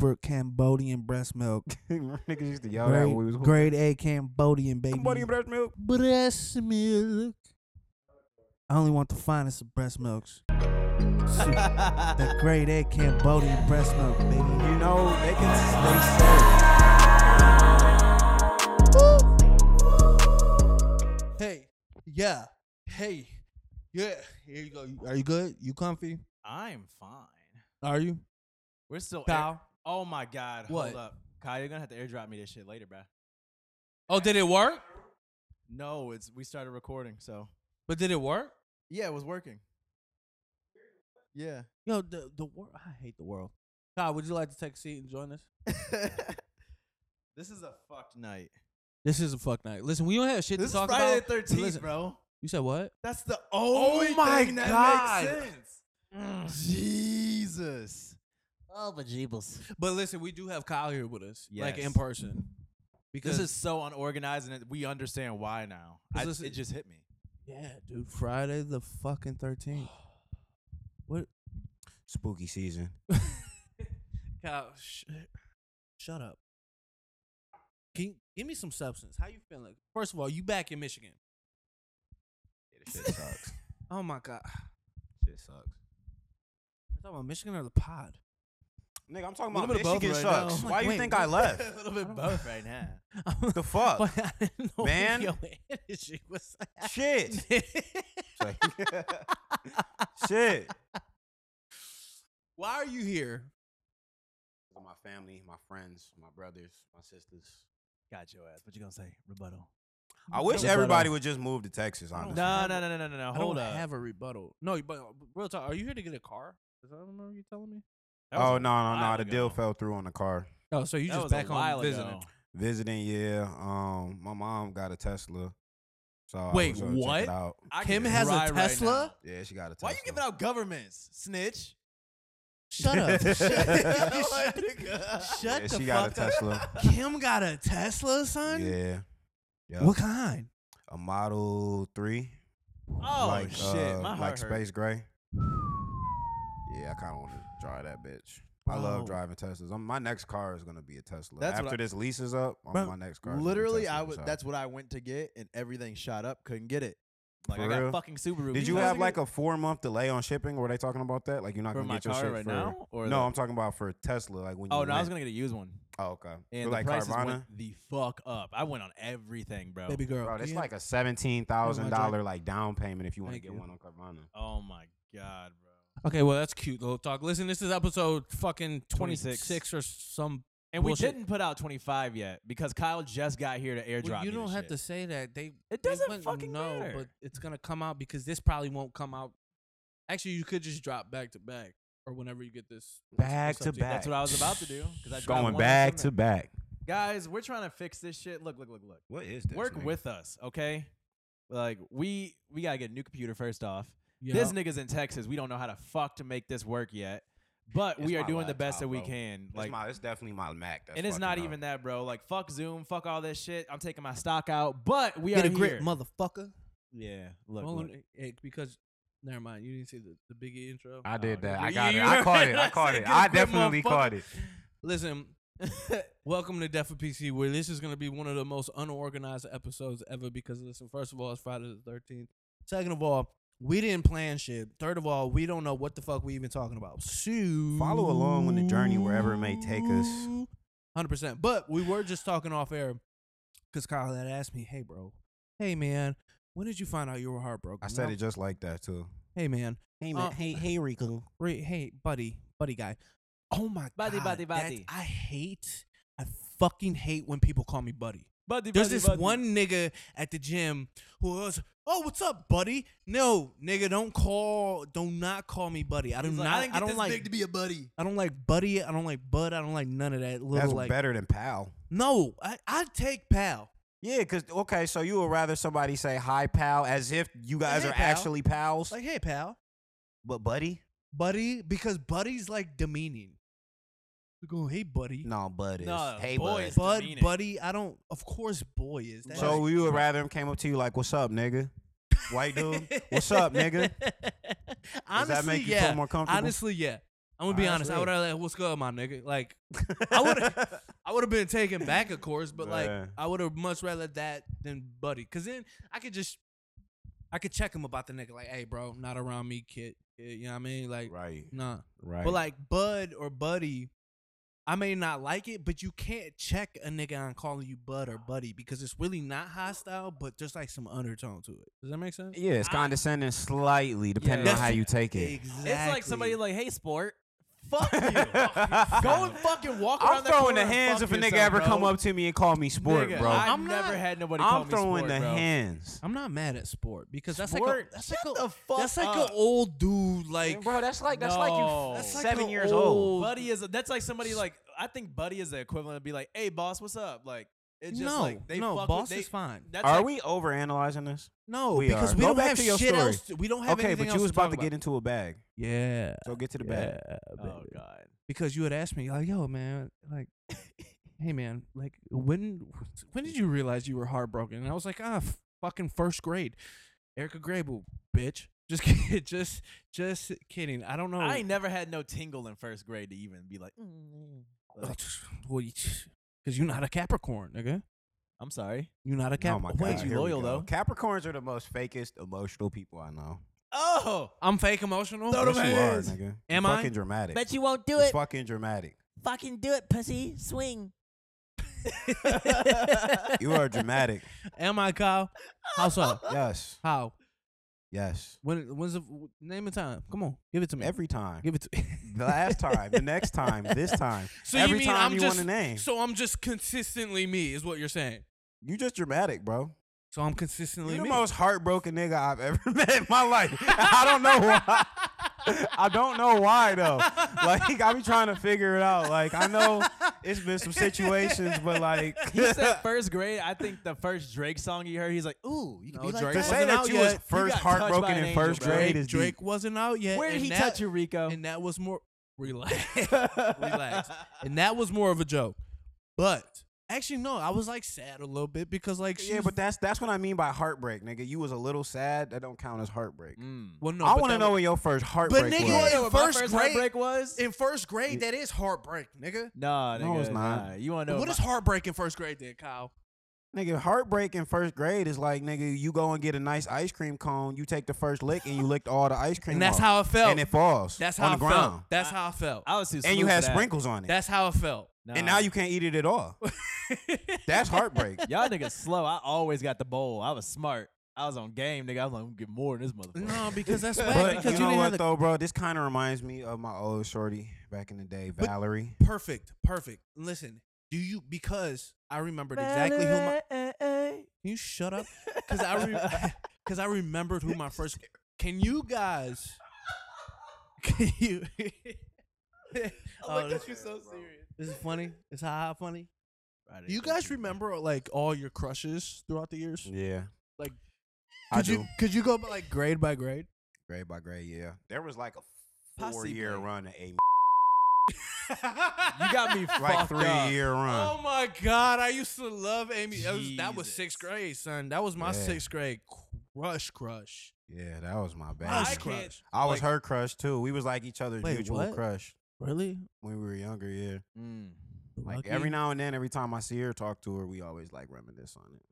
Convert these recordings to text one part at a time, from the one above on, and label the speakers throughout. Speaker 1: super Cambodian breast milk.
Speaker 2: Niggas used to yell that when we was
Speaker 1: Grade, grade A Cambodian baby.
Speaker 2: Cambodian breast milk.
Speaker 1: breast milk. I only want the finest of breast milks. the grade A Cambodian breast milk, baby.
Speaker 2: You know they can.
Speaker 1: Hey, yeah, hey, yeah. Here you go. Are you good? You comfy?
Speaker 3: I'm fine.
Speaker 1: Are you?
Speaker 3: We're still. air-
Speaker 1: Pal.
Speaker 3: oh my God.
Speaker 1: What?
Speaker 3: Hold up. Kyle, you're going to have to airdrop me this shit later, bruh.
Speaker 4: Oh, did it work?
Speaker 3: No, it's we started recording, so.
Speaker 4: But did it work?
Speaker 3: Yeah, it was working. Yeah.
Speaker 1: Yo, the the world. I hate the world.
Speaker 4: Kyle, would you like to take a seat and join us?
Speaker 3: this is a fucked night.
Speaker 4: This is a fuck night. Listen, we don't have shit
Speaker 3: This
Speaker 4: to
Speaker 3: is
Speaker 4: talk
Speaker 3: Friday
Speaker 4: about.
Speaker 3: the 13th,
Speaker 4: Listen, Oh
Speaker 3: bro.
Speaker 4: You said what?
Speaker 3: That's the only
Speaker 2: my
Speaker 3: thing
Speaker 2: God.
Speaker 3: that makes sense. Jesus.
Speaker 1: Oh, but jeebles.
Speaker 4: But listen, we do have Kyle here with us, like in
Speaker 3: Yes.
Speaker 4: person. Because
Speaker 3: This is so unorganized, and it, we understand why now. I,
Speaker 4: Listen-
Speaker 3: it just hit me.
Speaker 4: yeah, dude. Friday the fucking thirteenth.
Speaker 2: Spooky season.
Speaker 4: Kyle, sh- shut up. Can you- give me some substance. How you feeling? First of all, you back in Michigan.
Speaker 2: shit sucks.
Speaker 4: Oh my god, I'm
Speaker 2: shit sucks.
Speaker 4: talking about Michigan or the pod.
Speaker 2: Nigga, I'm talking
Speaker 3: Little
Speaker 2: about
Speaker 3: bit of both
Speaker 2: Michigan
Speaker 3: right
Speaker 2: sucks.
Speaker 3: now.
Speaker 2: Why you
Speaker 4: Wait,
Speaker 2: think I
Speaker 3: a
Speaker 2: left?
Speaker 3: little bit both right now.
Speaker 2: the fuck,
Speaker 4: But I didn't know
Speaker 2: man.
Speaker 4: Your energy was
Speaker 2: shit, It's like- shit.
Speaker 4: Why are you here?
Speaker 2: My family, my friends, my brothers, my sisters.
Speaker 3: Got your ass. What you gonna say? Rebuttal.
Speaker 2: I wish
Speaker 4: Rebuttal.
Speaker 2: everybody would just move to Texas.
Speaker 4: don't
Speaker 2: Honestly,
Speaker 3: No, no, no, no, no, no, no.
Speaker 4: I don't
Speaker 3: Hold up.
Speaker 4: have a rebuttal. No, but uh, real talk. Are you here to get a car? Is that what I remember you telling me?
Speaker 3: That was
Speaker 2: oh
Speaker 3: a
Speaker 2: no, no, no!
Speaker 3: while
Speaker 2: The deal
Speaker 3: ago.
Speaker 2: fell through on the car.
Speaker 4: Oh, so you
Speaker 3: That
Speaker 4: just
Speaker 3: was a
Speaker 4: back
Speaker 3: while
Speaker 4: home visiting?
Speaker 3: ago.
Speaker 2: Visiting, yeah. Um, my mom got a Tesla. So I
Speaker 4: Wait,
Speaker 2: was gonna check it
Speaker 4: what?
Speaker 2: out.
Speaker 3: I
Speaker 4: Kim
Speaker 3: can
Speaker 4: has a
Speaker 3: cry right
Speaker 4: Tesla?
Speaker 3: now.
Speaker 2: Yeah, she got a Tesla.
Speaker 3: Why you giving out governments, snitch?
Speaker 4: Shut up! Shut,
Speaker 2: Yeah,
Speaker 4: shut the
Speaker 2: she got a
Speaker 4: fuck up!
Speaker 2: Tesla.
Speaker 4: Kim got a Tesla, son.
Speaker 2: yeah. Yeah.
Speaker 4: What kind?
Speaker 2: A Model Three.
Speaker 3: Oh
Speaker 2: like,
Speaker 3: shit!
Speaker 2: uh,
Speaker 3: My
Speaker 2: like
Speaker 3: heart hurt.
Speaker 2: Space Gray. Yeah, I kind of want to drive that bitch. I
Speaker 4: Bro.
Speaker 2: love driving Teslas. I'm, my next car is gonna be a Tesla.
Speaker 3: Oh. That's what
Speaker 2: After
Speaker 3: I-
Speaker 2: this lease is up, I'm,
Speaker 3: Bro,
Speaker 2: my next car. is gonna be
Speaker 3: Literally,
Speaker 2: Tesla,
Speaker 3: I was.
Speaker 2: so.
Speaker 3: That's what I went to get, and everything shot up. Couldn't get it. Like
Speaker 2: For
Speaker 3: I got
Speaker 2: real?
Speaker 3: fucking Subaru.
Speaker 2: Did you have like a four month delay on shipping? Were they talking about that? Like you're not
Speaker 3: for
Speaker 2: gonna
Speaker 3: my
Speaker 2: get your
Speaker 3: car
Speaker 2: shit
Speaker 3: right
Speaker 2: for
Speaker 3: now? Or
Speaker 2: no,
Speaker 3: the-
Speaker 2: I'm talking about for Tesla. Like when you
Speaker 3: Oh no, I
Speaker 2: went-
Speaker 3: was gonna get a used one,
Speaker 2: Oh, okay.
Speaker 3: and
Speaker 2: For,
Speaker 3: the
Speaker 2: like
Speaker 3: prices
Speaker 2: Carvana.
Speaker 3: went the fuck up. I went on everything, bro.
Speaker 4: Baby girl.
Speaker 2: Bro, it's
Speaker 4: Ian?
Speaker 2: like a seventeen thousand dollar
Speaker 4: drink?
Speaker 2: like down payment if you want to
Speaker 4: Thank
Speaker 2: get
Speaker 4: you.
Speaker 2: one on Carvana.
Speaker 3: Oh my god, bro.
Speaker 4: Okay, well that's cute. Little talk. Listen, this is episode fucking twenty
Speaker 3: 26.
Speaker 4: six or some.
Speaker 3: And we
Speaker 4: Bullshit.
Speaker 3: didn't put out 25 yet because Kyle just got here to airdrop.
Speaker 4: Well, you
Speaker 3: me
Speaker 4: don't
Speaker 3: this
Speaker 4: have
Speaker 3: shit.
Speaker 4: to say that. They
Speaker 3: It
Speaker 4: they
Speaker 3: doesn't
Speaker 4: wouldn't
Speaker 3: fucking
Speaker 4: know,
Speaker 3: matter.
Speaker 4: but it's gonna come out because this probably won't come out. Actually, you could just drop back to back or whenever you get this what's-
Speaker 2: Back
Speaker 4: what's
Speaker 2: to
Speaker 4: up you.
Speaker 2: back.
Speaker 3: That's what I was about to do. 'cause I dropped one
Speaker 2: Going
Speaker 3: on
Speaker 2: back
Speaker 3: Sunday.
Speaker 2: to back.
Speaker 3: guys, we're trying to fix this shit. Look, look, look, look.
Speaker 2: What is this?
Speaker 3: Work
Speaker 2: nigga?
Speaker 3: with us, okay? Like we we gotta get a new computer first off.
Speaker 4: Yeah.
Speaker 3: This nigga's in Texas. We don't know how to fuck to make this work yet, but
Speaker 2: It's
Speaker 3: we are
Speaker 2: my
Speaker 3: doing the best
Speaker 2: laptop,
Speaker 3: that we
Speaker 2: bro.
Speaker 3: can.
Speaker 2: It's
Speaker 3: Like,
Speaker 2: my- it's definitely my Mac. That's
Speaker 3: and it's
Speaker 2: fucking
Speaker 3: not
Speaker 2: up.
Speaker 3: even that, bro. Like, fuck Zoom, fuck all this shit. I'm taking my stock out, but we
Speaker 4: Get
Speaker 3: are
Speaker 4: a grip,
Speaker 3: here.
Speaker 4: motherfucker.
Speaker 3: yeah, look,
Speaker 4: Hold
Speaker 3: look.
Speaker 4: on, eh, eh, because never mind, you didn't see the, the biggie intro.
Speaker 2: I did
Speaker 4: Oh,
Speaker 2: that.
Speaker 4: yeah,
Speaker 2: I
Speaker 4: you-
Speaker 2: got
Speaker 4: you
Speaker 2: it. I
Speaker 4: heard
Speaker 2: caught it. I
Speaker 4: said,
Speaker 2: caught
Speaker 4: "Get
Speaker 2: it.
Speaker 4: a
Speaker 2: I
Speaker 4: grip,
Speaker 2: definitely
Speaker 4: motherfucker."
Speaker 2: caught it.
Speaker 4: Listen, welcome to Death for PC, where this is going to be one of the most unorganized episodes ever. Because listen, first of all, it's Friday the thirteenth. Second of all, we didn't plan shit. Third of all, we don't know what the fuck we even talking about. So
Speaker 2: Follow along on the journey wherever it may take us.
Speaker 4: Hundred percent. But we were just talking off air because Kyle had asked me, "Hey, bro, hey man, when did you find out you were heartbroken?"
Speaker 2: I
Speaker 4: And
Speaker 2: said
Speaker 4: I'm-
Speaker 2: it just like that too.
Speaker 4: Hey man,
Speaker 2: Hey,
Speaker 4: man. Uh,
Speaker 2: hey, hey, Rico.
Speaker 4: Re- hey, buddy, buddy guy. Oh my
Speaker 3: Buddy,
Speaker 4: god,
Speaker 3: buddy,
Speaker 4: that's-
Speaker 3: buddy.
Speaker 4: I hate, I fucking hate when people call me buddy.
Speaker 3: Buddy,
Speaker 4: There's
Speaker 3: buddy,
Speaker 4: this
Speaker 3: buddy.
Speaker 4: one nigga at the gym who was, oh, what's up, buddy? No, nigga, don't call, do not call me buddy. I do
Speaker 3: He's
Speaker 4: not,
Speaker 3: like,
Speaker 4: I,
Speaker 3: didn't get
Speaker 4: don't
Speaker 3: this
Speaker 4: like,
Speaker 3: big to be a buddy.
Speaker 4: I don't like buddy. I don't like bud. I don't like none of that little
Speaker 2: That's
Speaker 4: like.
Speaker 2: better than pal.
Speaker 4: No, I I take pal.
Speaker 2: Yeah, cause okay, so you would rather somebody say hi, pal, as if you guys
Speaker 4: Hey,
Speaker 2: are
Speaker 4: pal.
Speaker 2: actually pals,
Speaker 4: Like, hey, pal,
Speaker 2: but buddy,
Speaker 4: buddy, because buddy's like demeaning. They're going, hey, buddy.
Speaker 2: no, bud is
Speaker 3: No,
Speaker 2: hey,
Speaker 3: boy
Speaker 2: bud.
Speaker 3: is-
Speaker 4: Bud,
Speaker 3: demeaning.
Speaker 4: buddy, I don't. Of course, boy is that.
Speaker 2: So you would rather him came up to you like, "What's up, nigga? White dude, what's up, nigga?"
Speaker 4: Honestly,
Speaker 2: Does that make you
Speaker 4: yeah.
Speaker 2: feel more comfortable?
Speaker 4: Honestly, yeah. I'm gonna be honest. I
Speaker 1: Honestly.
Speaker 4: would have like, what's good, my nigga? Like, I would, I would have been taken back, of course, but like,
Speaker 2: Yeah.
Speaker 4: I would have much rather that than Buddy, cause then I could just, I could check him about the nigga, like, hey, bro, not around me, kid. kid you know what I mean? Like,
Speaker 2: Right.
Speaker 4: nah.
Speaker 2: Right.
Speaker 4: But like Bud or Buddy, I may not like it, but you can't check a nigga on calling you Bud or Buddy because it's really not hostile, but just like some undertone to it. Does that make sense?
Speaker 2: yeah, it's
Speaker 3: I-
Speaker 2: condescending slightly depending
Speaker 3: Yeah.
Speaker 2: on how you take it.
Speaker 4: Exactly.
Speaker 3: It's like somebody like, hey, sport, fuck you. Go
Speaker 2: I'm
Speaker 3: and fucking walk around
Speaker 2: I'm
Speaker 3: that
Speaker 2: throwing
Speaker 3: corner
Speaker 2: the
Speaker 3: and
Speaker 2: hands if
Speaker 3: fuck
Speaker 2: a nigga
Speaker 3: yourself,
Speaker 2: ever
Speaker 3: bro.
Speaker 2: come up to me and call me sport,
Speaker 3: Nigga,
Speaker 2: bro.
Speaker 3: I've
Speaker 4: I'm
Speaker 3: never
Speaker 4: not-
Speaker 3: had nobody call
Speaker 2: I'm
Speaker 3: me
Speaker 2: throwing
Speaker 3: sport,
Speaker 2: the
Speaker 3: bro.
Speaker 2: hands.
Speaker 4: I'm not mad at sport because that's like
Speaker 3: Sport?
Speaker 4: a that's
Speaker 3: Shut
Speaker 4: like a
Speaker 3: the fuck
Speaker 4: that's like
Speaker 3: up.
Speaker 4: an old dude like
Speaker 2: bro, that's like that's like
Speaker 3: No.
Speaker 2: you
Speaker 3: That's
Speaker 4: like
Speaker 2: seven
Speaker 4: a
Speaker 2: years old.
Speaker 3: Buddy is that's like somebody like I think Buddy is the equivalent of be like, hey boss, what's up? Like it's just
Speaker 4: no
Speaker 3: like they
Speaker 4: no
Speaker 3: fuck
Speaker 4: boss
Speaker 3: with, they,
Speaker 4: is fine
Speaker 3: That's
Speaker 2: Are
Speaker 3: like-
Speaker 2: we overanalyzing this?
Speaker 4: no
Speaker 2: We
Speaker 4: because
Speaker 2: are.
Speaker 4: we
Speaker 2: Go
Speaker 4: don't
Speaker 2: back
Speaker 4: have
Speaker 2: to your
Speaker 4: shit
Speaker 2: story.
Speaker 4: else to- we don't have
Speaker 2: okay,
Speaker 4: anything
Speaker 2: but
Speaker 4: else
Speaker 2: you was
Speaker 4: to talk
Speaker 2: about to get into a bag,
Speaker 4: yeah
Speaker 2: so get to the
Speaker 4: yeah,
Speaker 2: bag.
Speaker 3: Oh
Speaker 4: baby.
Speaker 3: god.
Speaker 4: because you had asked me like yo man like hey man like when when did you realize you were heartbroken and I was like ah f- fucking first grade Erica Grable bitch just kid- just just kidding I don't know
Speaker 3: I ain't never had no tingle in first grade to even be like, "Mm, like,
Speaker 4: because you're not a Capricorn nigga
Speaker 3: I'm sorry.
Speaker 4: you're not a
Speaker 2: oh
Speaker 4: Capricorn
Speaker 2: my
Speaker 3: Wait,
Speaker 2: god,
Speaker 3: you
Speaker 2: here we
Speaker 3: loyal,
Speaker 2: go.
Speaker 3: though.
Speaker 2: Capricorns are the most fakest emotional people I know.
Speaker 3: Oh,
Speaker 4: I'm fake emotional.
Speaker 3: Throw them
Speaker 2: yes, you are,
Speaker 3: hands.
Speaker 2: nigga. You're
Speaker 4: Am I?
Speaker 2: fucking dramatic?
Speaker 5: Bet you won't do
Speaker 2: You're
Speaker 5: it.
Speaker 2: fucking dramatic.
Speaker 5: Fucking do it, pussy. Swing.
Speaker 2: You are dramatic.
Speaker 4: Am I Kyle? How so?
Speaker 2: yes,
Speaker 4: How?
Speaker 2: yes.
Speaker 4: When? When's the w- name and time? Come on, give it to me.
Speaker 2: Every time,
Speaker 4: Hmm. give it to me.
Speaker 2: the last time, the next time, this time,
Speaker 4: So
Speaker 2: every
Speaker 4: you mean
Speaker 2: time
Speaker 4: I'm
Speaker 2: you
Speaker 4: just
Speaker 2: want a name,
Speaker 4: so I'm just consistently me is what you're saying.
Speaker 2: you just dramatic, bro.
Speaker 4: So I'm
Speaker 2: You're
Speaker 4: consistently
Speaker 2: the
Speaker 4: me.
Speaker 2: most heartbroken nigga I've ever met in my life. I don't know why. I don't know why though. Like I be trying to figure it out. Like I know it's been some situations, but like
Speaker 3: he said first grade. I think the first Drake song you heard, he's like, ooh, you can
Speaker 4: No,
Speaker 3: be like
Speaker 4: Drake
Speaker 2: to
Speaker 3: that.
Speaker 2: say that you was
Speaker 3: You
Speaker 2: first
Speaker 3: got touched by
Speaker 2: heartbroken
Speaker 3: an
Speaker 2: in
Speaker 3: angel,
Speaker 2: first
Speaker 3: bro.
Speaker 2: grade
Speaker 4: Drake,
Speaker 2: is
Speaker 4: Drake
Speaker 2: deep.
Speaker 4: wasn't out yet.
Speaker 3: Where did
Speaker 4: and
Speaker 3: he
Speaker 4: that-
Speaker 3: touch you, Rico?
Speaker 4: And that was more relax, relax. And that was more of a joke. But actually, no, I was like sad a little bit because like she
Speaker 2: Yeah,
Speaker 4: was-
Speaker 2: but that's that's what I mean by heartbreak, nigga. You was a little sad. That don't count as heartbreak.
Speaker 3: Mm.
Speaker 4: well, no,
Speaker 2: I
Speaker 4: but
Speaker 2: want to
Speaker 4: that
Speaker 2: know
Speaker 4: was-
Speaker 2: when your first heartbreak
Speaker 4: nigga,
Speaker 3: You wanna
Speaker 2: was.
Speaker 4: in
Speaker 3: know what my
Speaker 4: first
Speaker 3: first
Speaker 4: grade-
Speaker 3: heartbreak was?
Speaker 4: in first grade that is heartbreak, nigga.
Speaker 3: Nah,
Speaker 2: No,
Speaker 3: nigga,
Speaker 2: it's not.
Speaker 3: nah. You want to know
Speaker 4: What
Speaker 3: my-
Speaker 4: is heartbreak in first grade then, Kyle?
Speaker 2: Nigga, heartbreak in first grade is like, nigga, you go and get a nice ice cream cone, you take the first lick, and you licked all the ice cream.
Speaker 4: And that's
Speaker 2: off.
Speaker 4: how it felt.
Speaker 2: And it falls.
Speaker 4: That's
Speaker 2: on
Speaker 4: how it
Speaker 2: the ground.
Speaker 4: felt. That's how it felt.
Speaker 3: I was too
Speaker 2: And you
Speaker 3: smooth
Speaker 2: had
Speaker 3: for that.
Speaker 2: sprinkles on it.
Speaker 4: That's how it felt.
Speaker 2: and
Speaker 3: Nah.
Speaker 2: now you can't eat it at all. that's heartbreak.
Speaker 3: Y'all niggas slow. I always got the bowl. I was smart. I was on game, nigga. I was like, I'm gonna get more than this motherfucker.
Speaker 4: No, because that's whack.
Speaker 2: But
Speaker 4: Because
Speaker 2: you
Speaker 4: you,
Speaker 2: know
Speaker 4: didn't
Speaker 2: what
Speaker 4: have the
Speaker 2: though, bro? This kind of reminds me of my old shorty back in the day,
Speaker 4: But-
Speaker 2: Valerie.
Speaker 4: perfect, perfect. Listen, do you because I remembered exactly who my.
Speaker 3: Oh,
Speaker 4: Can you shut up? Because I because I remembered who my first. Can you guys? Can you? oh, this,
Speaker 3: you so serious.
Speaker 4: this is funny. It's ha ha funny. Do Mm, you guys remember like all your crushes throughout the years?
Speaker 2: Yeah.
Speaker 4: Like,
Speaker 2: I
Speaker 4: could
Speaker 2: do.
Speaker 4: you could you go by, like grade by grade?
Speaker 2: grade by grade, yeah. There was like a
Speaker 3: Posse
Speaker 2: four year
Speaker 3: play.
Speaker 2: run at a
Speaker 3: You got me
Speaker 2: like
Speaker 3: fucked
Speaker 2: three
Speaker 3: up.
Speaker 2: year run.
Speaker 4: Oh my god, I used to love Amy. That was, that was sixth
Speaker 3: Jesus.
Speaker 4: grade, son. That was my
Speaker 2: Yeah.
Speaker 4: sixth grade crush, crush,
Speaker 2: Yeah, that was my bad.
Speaker 4: crush,
Speaker 3: can't-
Speaker 4: crush.
Speaker 2: I was
Speaker 4: like-
Speaker 2: her crush too. We was like each other's
Speaker 4: Wait,
Speaker 2: mutual
Speaker 4: what?
Speaker 2: crush
Speaker 4: Really?
Speaker 2: when we were younger, yeah.
Speaker 3: Mm.
Speaker 2: Like every now and then, every time I see her, talk to her, we always like reminisce on it.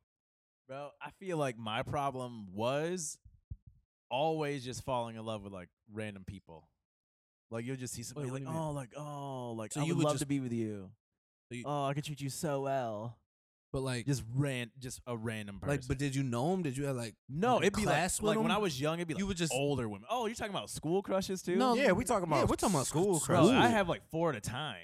Speaker 3: Bro, I feel like my problem was always just falling in love with like random people. Like you'll just see somebody
Speaker 4: what
Speaker 3: like,
Speaker 4: do you mean?
Speaker 3: oh, like oh, like
Speaker 4: So
Speaker 3: I
Speaker 4: you
Speaker 3: would,
Speaker 4: would
Speaker 3: love to
Speaker 4: just-
Speaker 3: be with you.
Speaker 4: So you-
Speaker 3: Oh, I could treat you so well.
Speaker 4: But like,
Speaker 3: Just ran, just a random person.
Speaker 4: like, but did you know him? Did you have like
Speaker 3: no,
Speaker 4: like a
Speaker 3: it'd be like,
Speaker 4: class with
Speaker 3: like when
Speaker 4: him?
Speaker 3: I was young, it'd be like
Speaker 4: You would just
Speaker 3: older women. Oh, you're talking about school crushes too?
Speaker 4: No,
Speaker 2: Yeah, we talking
Speaker 4: yeah,
Speaker 2: about
Speaker 4: we're talking about
Speaker 2: school
Speaker 4: school.
Speaker 3: bro,
Speaker 2: crushes.
Speaker 3: I have like four at a time.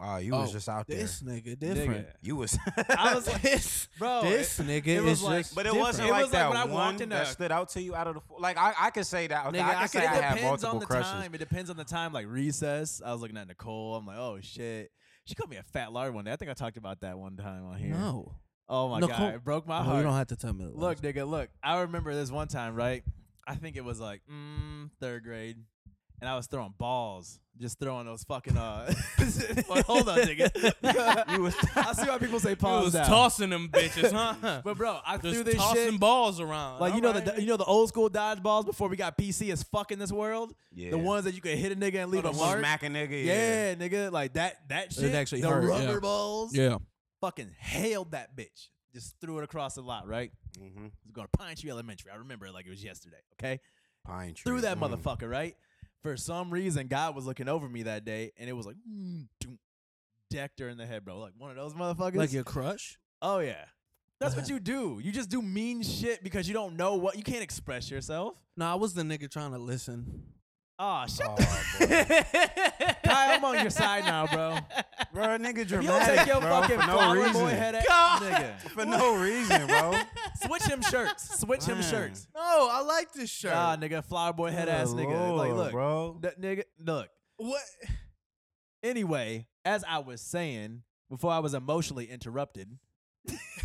Speaker 2: Oh, you was
Speaker 4: Oh,
Speaker 2: just out there.
Speaker 4: this nigga different.
Speaker 3: Nigga.
Speaker 2: You was.
Speaker 3: I was like,
Speaker 4: this
Speaker 3: bro,
Speaker 4: this
Speaker 3: it-
Speaker 4: nigga
Speaker 3: it was
Speaker 4: is
Speaker 3: like-
Speaker 4: just.
Speaker 2: But it
Speaker 4: different.
Speaker 2: wasn't
Speaker 3: It
Speaker 2: like
Speaker 3: was like
Speaker 2: that
Speaker 3: when I
Speaker 2: one
Speaker 3: walked in
Speaker 2: that
Speaker 3: the-
Speaker 2: stood out to you out of the four. Like I, I could say that. Okay,
Speaker 4: Nigga,
Speaker 2: I
Speaker 4: I
Speaker 2: could say
Speaker 4: could-
Speaker 2: I
Speaker 4: it
Speaker 2: had
Speaker 3: depends
Speaker 2: multiple
Speaker 3: on the
Speaker 2: crushes.
Speaker 3: time. It depends on the time. Like recess, I was looking at Nicole. I'm like, oh shit, she called me a fat lard one day. I think I talked about that one time on here.
Speaker 4: no.
Speaker 3: Oh my
Speaker 4: Nicole-
Speaker 3: god, it broke my
Speaker 4: No, you
Speaker 3: heart.
Speaker 4: don't have to tell me.
Speaker 3: look, nigga, look. I remember this one time, right? I think it was like mm, third grade, and I was throwing balls, just throwing those fucking. Uh, Well, hold on, nigga.
Speaker 2: You was-
Speaker 3: I see why people say
Speaker 4: You
Speaker 3: palms
Speaker 4: was
Speaker 3: down.
Speaker 4: tossing them bitches, huh?
Speaker 3: But bro, I
Speaker 4: Just
Speaker 3: threw this
Speaker 4: tossing
Speaker 3: shit.
Speaker 4: balls around.
Speaker 3: Like you know the
Speaker 4: Alright.
Speaker 3: you know the old school dodgeballs before we got PC as fuck in this world.
Speaker 2: Yeah.
Speaker 3: The ones that you could hit a nigga and leave
Speaker 2: Oh,
Speaker 3: a
Speaker 2: the
Speaker 3: mark.
Speaker 2: smack a nigga.
Speaker 3: Yeah, nigga, like that that shit.
Speaker 4: actually
Speaker 3: the
Speaker 4: hurt, yeah.
Speaker 3: rubber balls.
Speaker 4: yeah.
Speaker 3: Fucking hailed that bitch. Just threw it across the lot, right?
Speaker 2: Mm-hmm.
Speaker 3: It was going to Pine Tree Elementary. I remember it like it was yesterday. Okay,
Speaker 2: Pine tree.
Speaker 3: threw that
Speaker 2: Mm.
Speaker 3: motherfucker right. For some reason, God was looking over me that day, and it was like mm, doom, decked her in the head, bro. Like one of those motherfuckers.
Speaker 4: Like your crush?
Speaker 3: oh yeah, that's what you do. You just do mean shit because you don't know what you can't express yourself.
Speaker 4: No, I was the nigga trying to listen.
Speaker 3: Oh shut
Speaker 2: Oh,
Speaker 3: the. Kyle, I'm on your side now, bro.
Speaker 2: bro, nigga
Speaker 3: You don't
Speaker 2: dramatic,
Speaker 3: take your
Speaker 2: bro,
Speaker 3: fucking
Speaker 2: for no
Speaker 3: flower
Speaker 2: reason.
Speaker 3: boy head ass nigga.
Speaker 2: For no reason, bro.
Speaker 3: Switch him shirts. Switch him
Speaker 2: Man.
Speaker 3: shirts.
Speaker 4: No, I like this shirt.
Speaker 3: Nah, nigga, flower boy head ass
Speaker 2: Good
Speaker 3: nigga. like,
Speaker 2: Lord,
Speaker 3: look,
Speaker 2: bro.
Speaker 3: that nigga, look.
Speaker 4: what?
Speaker 3: Anyway, as I was saying before I was emotionally interrupted,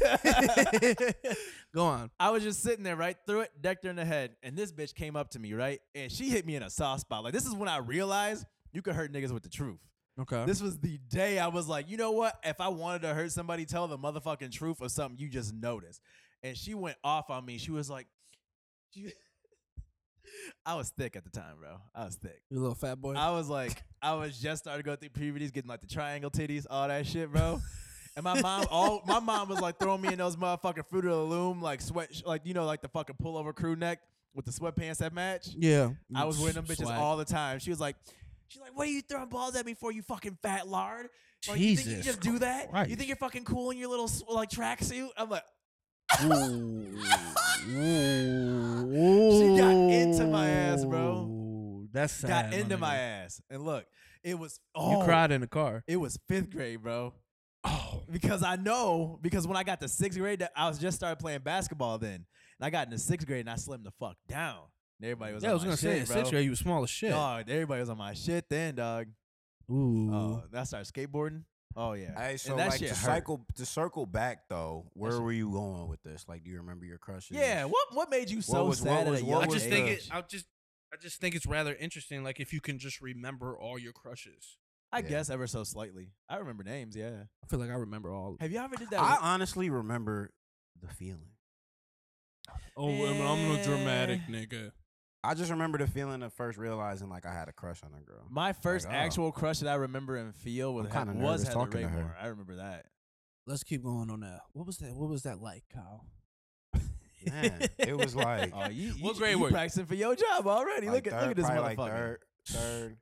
Speaker 4: Go on.
Speaker 3: I was just sitting there, right? Threw it, decked her in the head, and this bitch came up to me, right? And she hit me in a soft spot. Like, this is when I realized you could hurt niggas with the truth.
Speaker 4: Okay.
Speaker 3: This was the day I was like, you know what? If I wanted to hurt somebody, tell the motherfucking truth or something you just noticed. And she went off on me. She was like, you- I was thick at the time, bro. I was thick.
Speaker 4: you little fat boy.
Speaker 3: I was like, I was just starting to go through puberty, getting like the triangle titties, all that shit, bro. And my mom, all my mom was like throwing me in those motherfucking Fruit of the Loom, like sweat, like you know, like the fucking pullover crew neck with the sweatpants that match.
Speaker 4: yeah.
Speaker 3: I was wearing them bitches
Speaker 4: Swag.
Speaker 3: all the time. She was like, she's like, what are you throwing balls at me for, you fucking fat lard? Like, you think you
Speaker 4: Jesus
Speaker 3: just do that? You
Speaker 4: Christ.
Speaker 3: think you're fucking cool in your little s- like tracksuit? I'm like, She got into my ass, bro.
Speaker 4: Ooh, That's sad.
Speaker 3: got into
Speaker 4: nigga.
Speaker 3: my ass. And look, it was
Speaker 4: You
Speaker 3: oh,
Speaker 4: cried in the car.
Speaker 3: It was fifth grade, bro. Oh, because I know because when I got to sixth grade, that- I was just started playing basketball then, and I got into sixth grade and I slimmed the fuck down. And everybody was
Speaker 4: Yeah,
Speaker 3: on
Speaker 4: I was
Speaker 3: my
Speaker 4: gonna say in
Speaker 3: shit, bro.
Speaker 4: sixth grade you were small as shit.
Speaker 3: Dog, everybody was on my shit then, dog.
Speaker 4: Ooh.
Speaker 3: Oh, I started skateboarding. Oh yeah,
Speaker 2: Hey, so
Speaker 3: and that
Speaker 2: like
Speaker 3: shit
Speaker 2: to
Speaker 3: hurt.
Speaker 2: cycle to circle back though, where
Speaker 3: shit-
Speaker 2: were you going with this? Like, do you remember your crushes?
Speaker 3: Yeah, what what made you so
Speaker 2: was- what
Speaker 3: sad
Speaker 2: was-
Speaker 3: at a
Speaker 2: what
Speaker 3: young
Speaker 4: I
Speaker 2: I was
Speaker 4: just think
Speaker 2: the-
Speaker 3: age?
Speaker 4: it. I just. I just think it's rather interesting. Like if you can just remember all your crushes.
Speaker 3: I
Speaker 2: Yeah.
Speaker 3: guess ever so slightly. I remember names. Yeah.
Speaker 4: I feel like I remember all.
Speaker 3: Have you ever did that?
Speaker 2: I honestly remember the feeling.
Speaker 4: Oh,
Speaker 3: I'm no dramatic
Speaker 4: nigga.
Speaker 2: I just remember the feeling of first realizing like I had a crush on a girl.
Speaker 3: my first
Speaker 2: oh.
Speaker 3: actual crush that I remember and feel was,
Speaker 2: I'm
Speaker 3: ha-
Speaker 2: kinda
Speaker 3: was
Speaker 2: nervous
Speaker 3: Heather
Speaker 2: talking to her.
Speaker 3: Raymore. I remember that.
Speaker 4: Let's keep going on that. What was that? What was that like, Kyle?
Speaker 2: Man, it was like,
Speaker 3: Oh, you, you,
Speaker 4: What grade
Speaker 3: you
Speaker 4: were you?
Speaker 3: practicing for your job already?
Speaker 2: like
Speaker 3: look at
Speaker 2: third-
Speaker 3: look at this
Speaker 2: probably,
Speaker 3: motherfucker.
Speaker 2: Like third, third.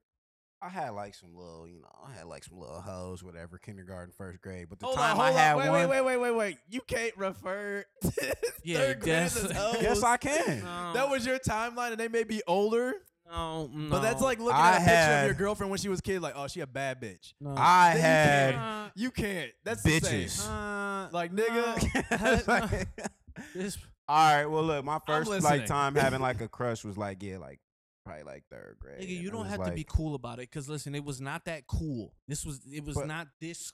Speaker 2: I had like some little, you know, I had like some little hoes, whatever, kindergarten, first grade. But the
Speaker 3: Hold
Speaker 2: time
Speaker 3: on, hold
Speaker 2: I had
Speaker 3: on. Wait,
Speaker 2: one,
Speaker 3: wait, wait, wait, wait, wait. You can't refer to
Speaker 4: Yeah,
Speaker 3: third grade as
Speaker 4: that's-
Speaker 3: hoes.
Speaker 2: yes, I can.
Speaker 3: That was your timeline, and they may be older,
Speaker 4: no, no.
Speaker 3: but that's like looking
Speaker 2: I
Speaker 3: at a picture of
Speaker 2: had-
Speaker 3: your girlfriend when she was kid. Like, oh, she a bad bitch.
Speaker 4: No.
Speaker 2: I
Speaker 3: Then you
Speaker 2: had
Speaker 3: can't- You can't. That's
Speaker 2: bitches. Uh,
Speaker 3: Insane. Like, nigga.
Speaker 2: It's like-
Speaker 4: this
Speaker 2: all right, well, look, my first
Speaker 3: listening.
Speaker 2: like time having like a crush was like, yeah, like probably like third grade.
Speaker 4: Nigga,
Speaker 2: and
Speaker 4: you
Speaker 2: it
Speaker 4: don't
Speaker 2: was
Speaker 4: have to be
Speaker 2: like-
Speaker 4: cool about it. Cause listen, it was not that cool. This was it was
Speaker 2: But-
Speaker 4: not this.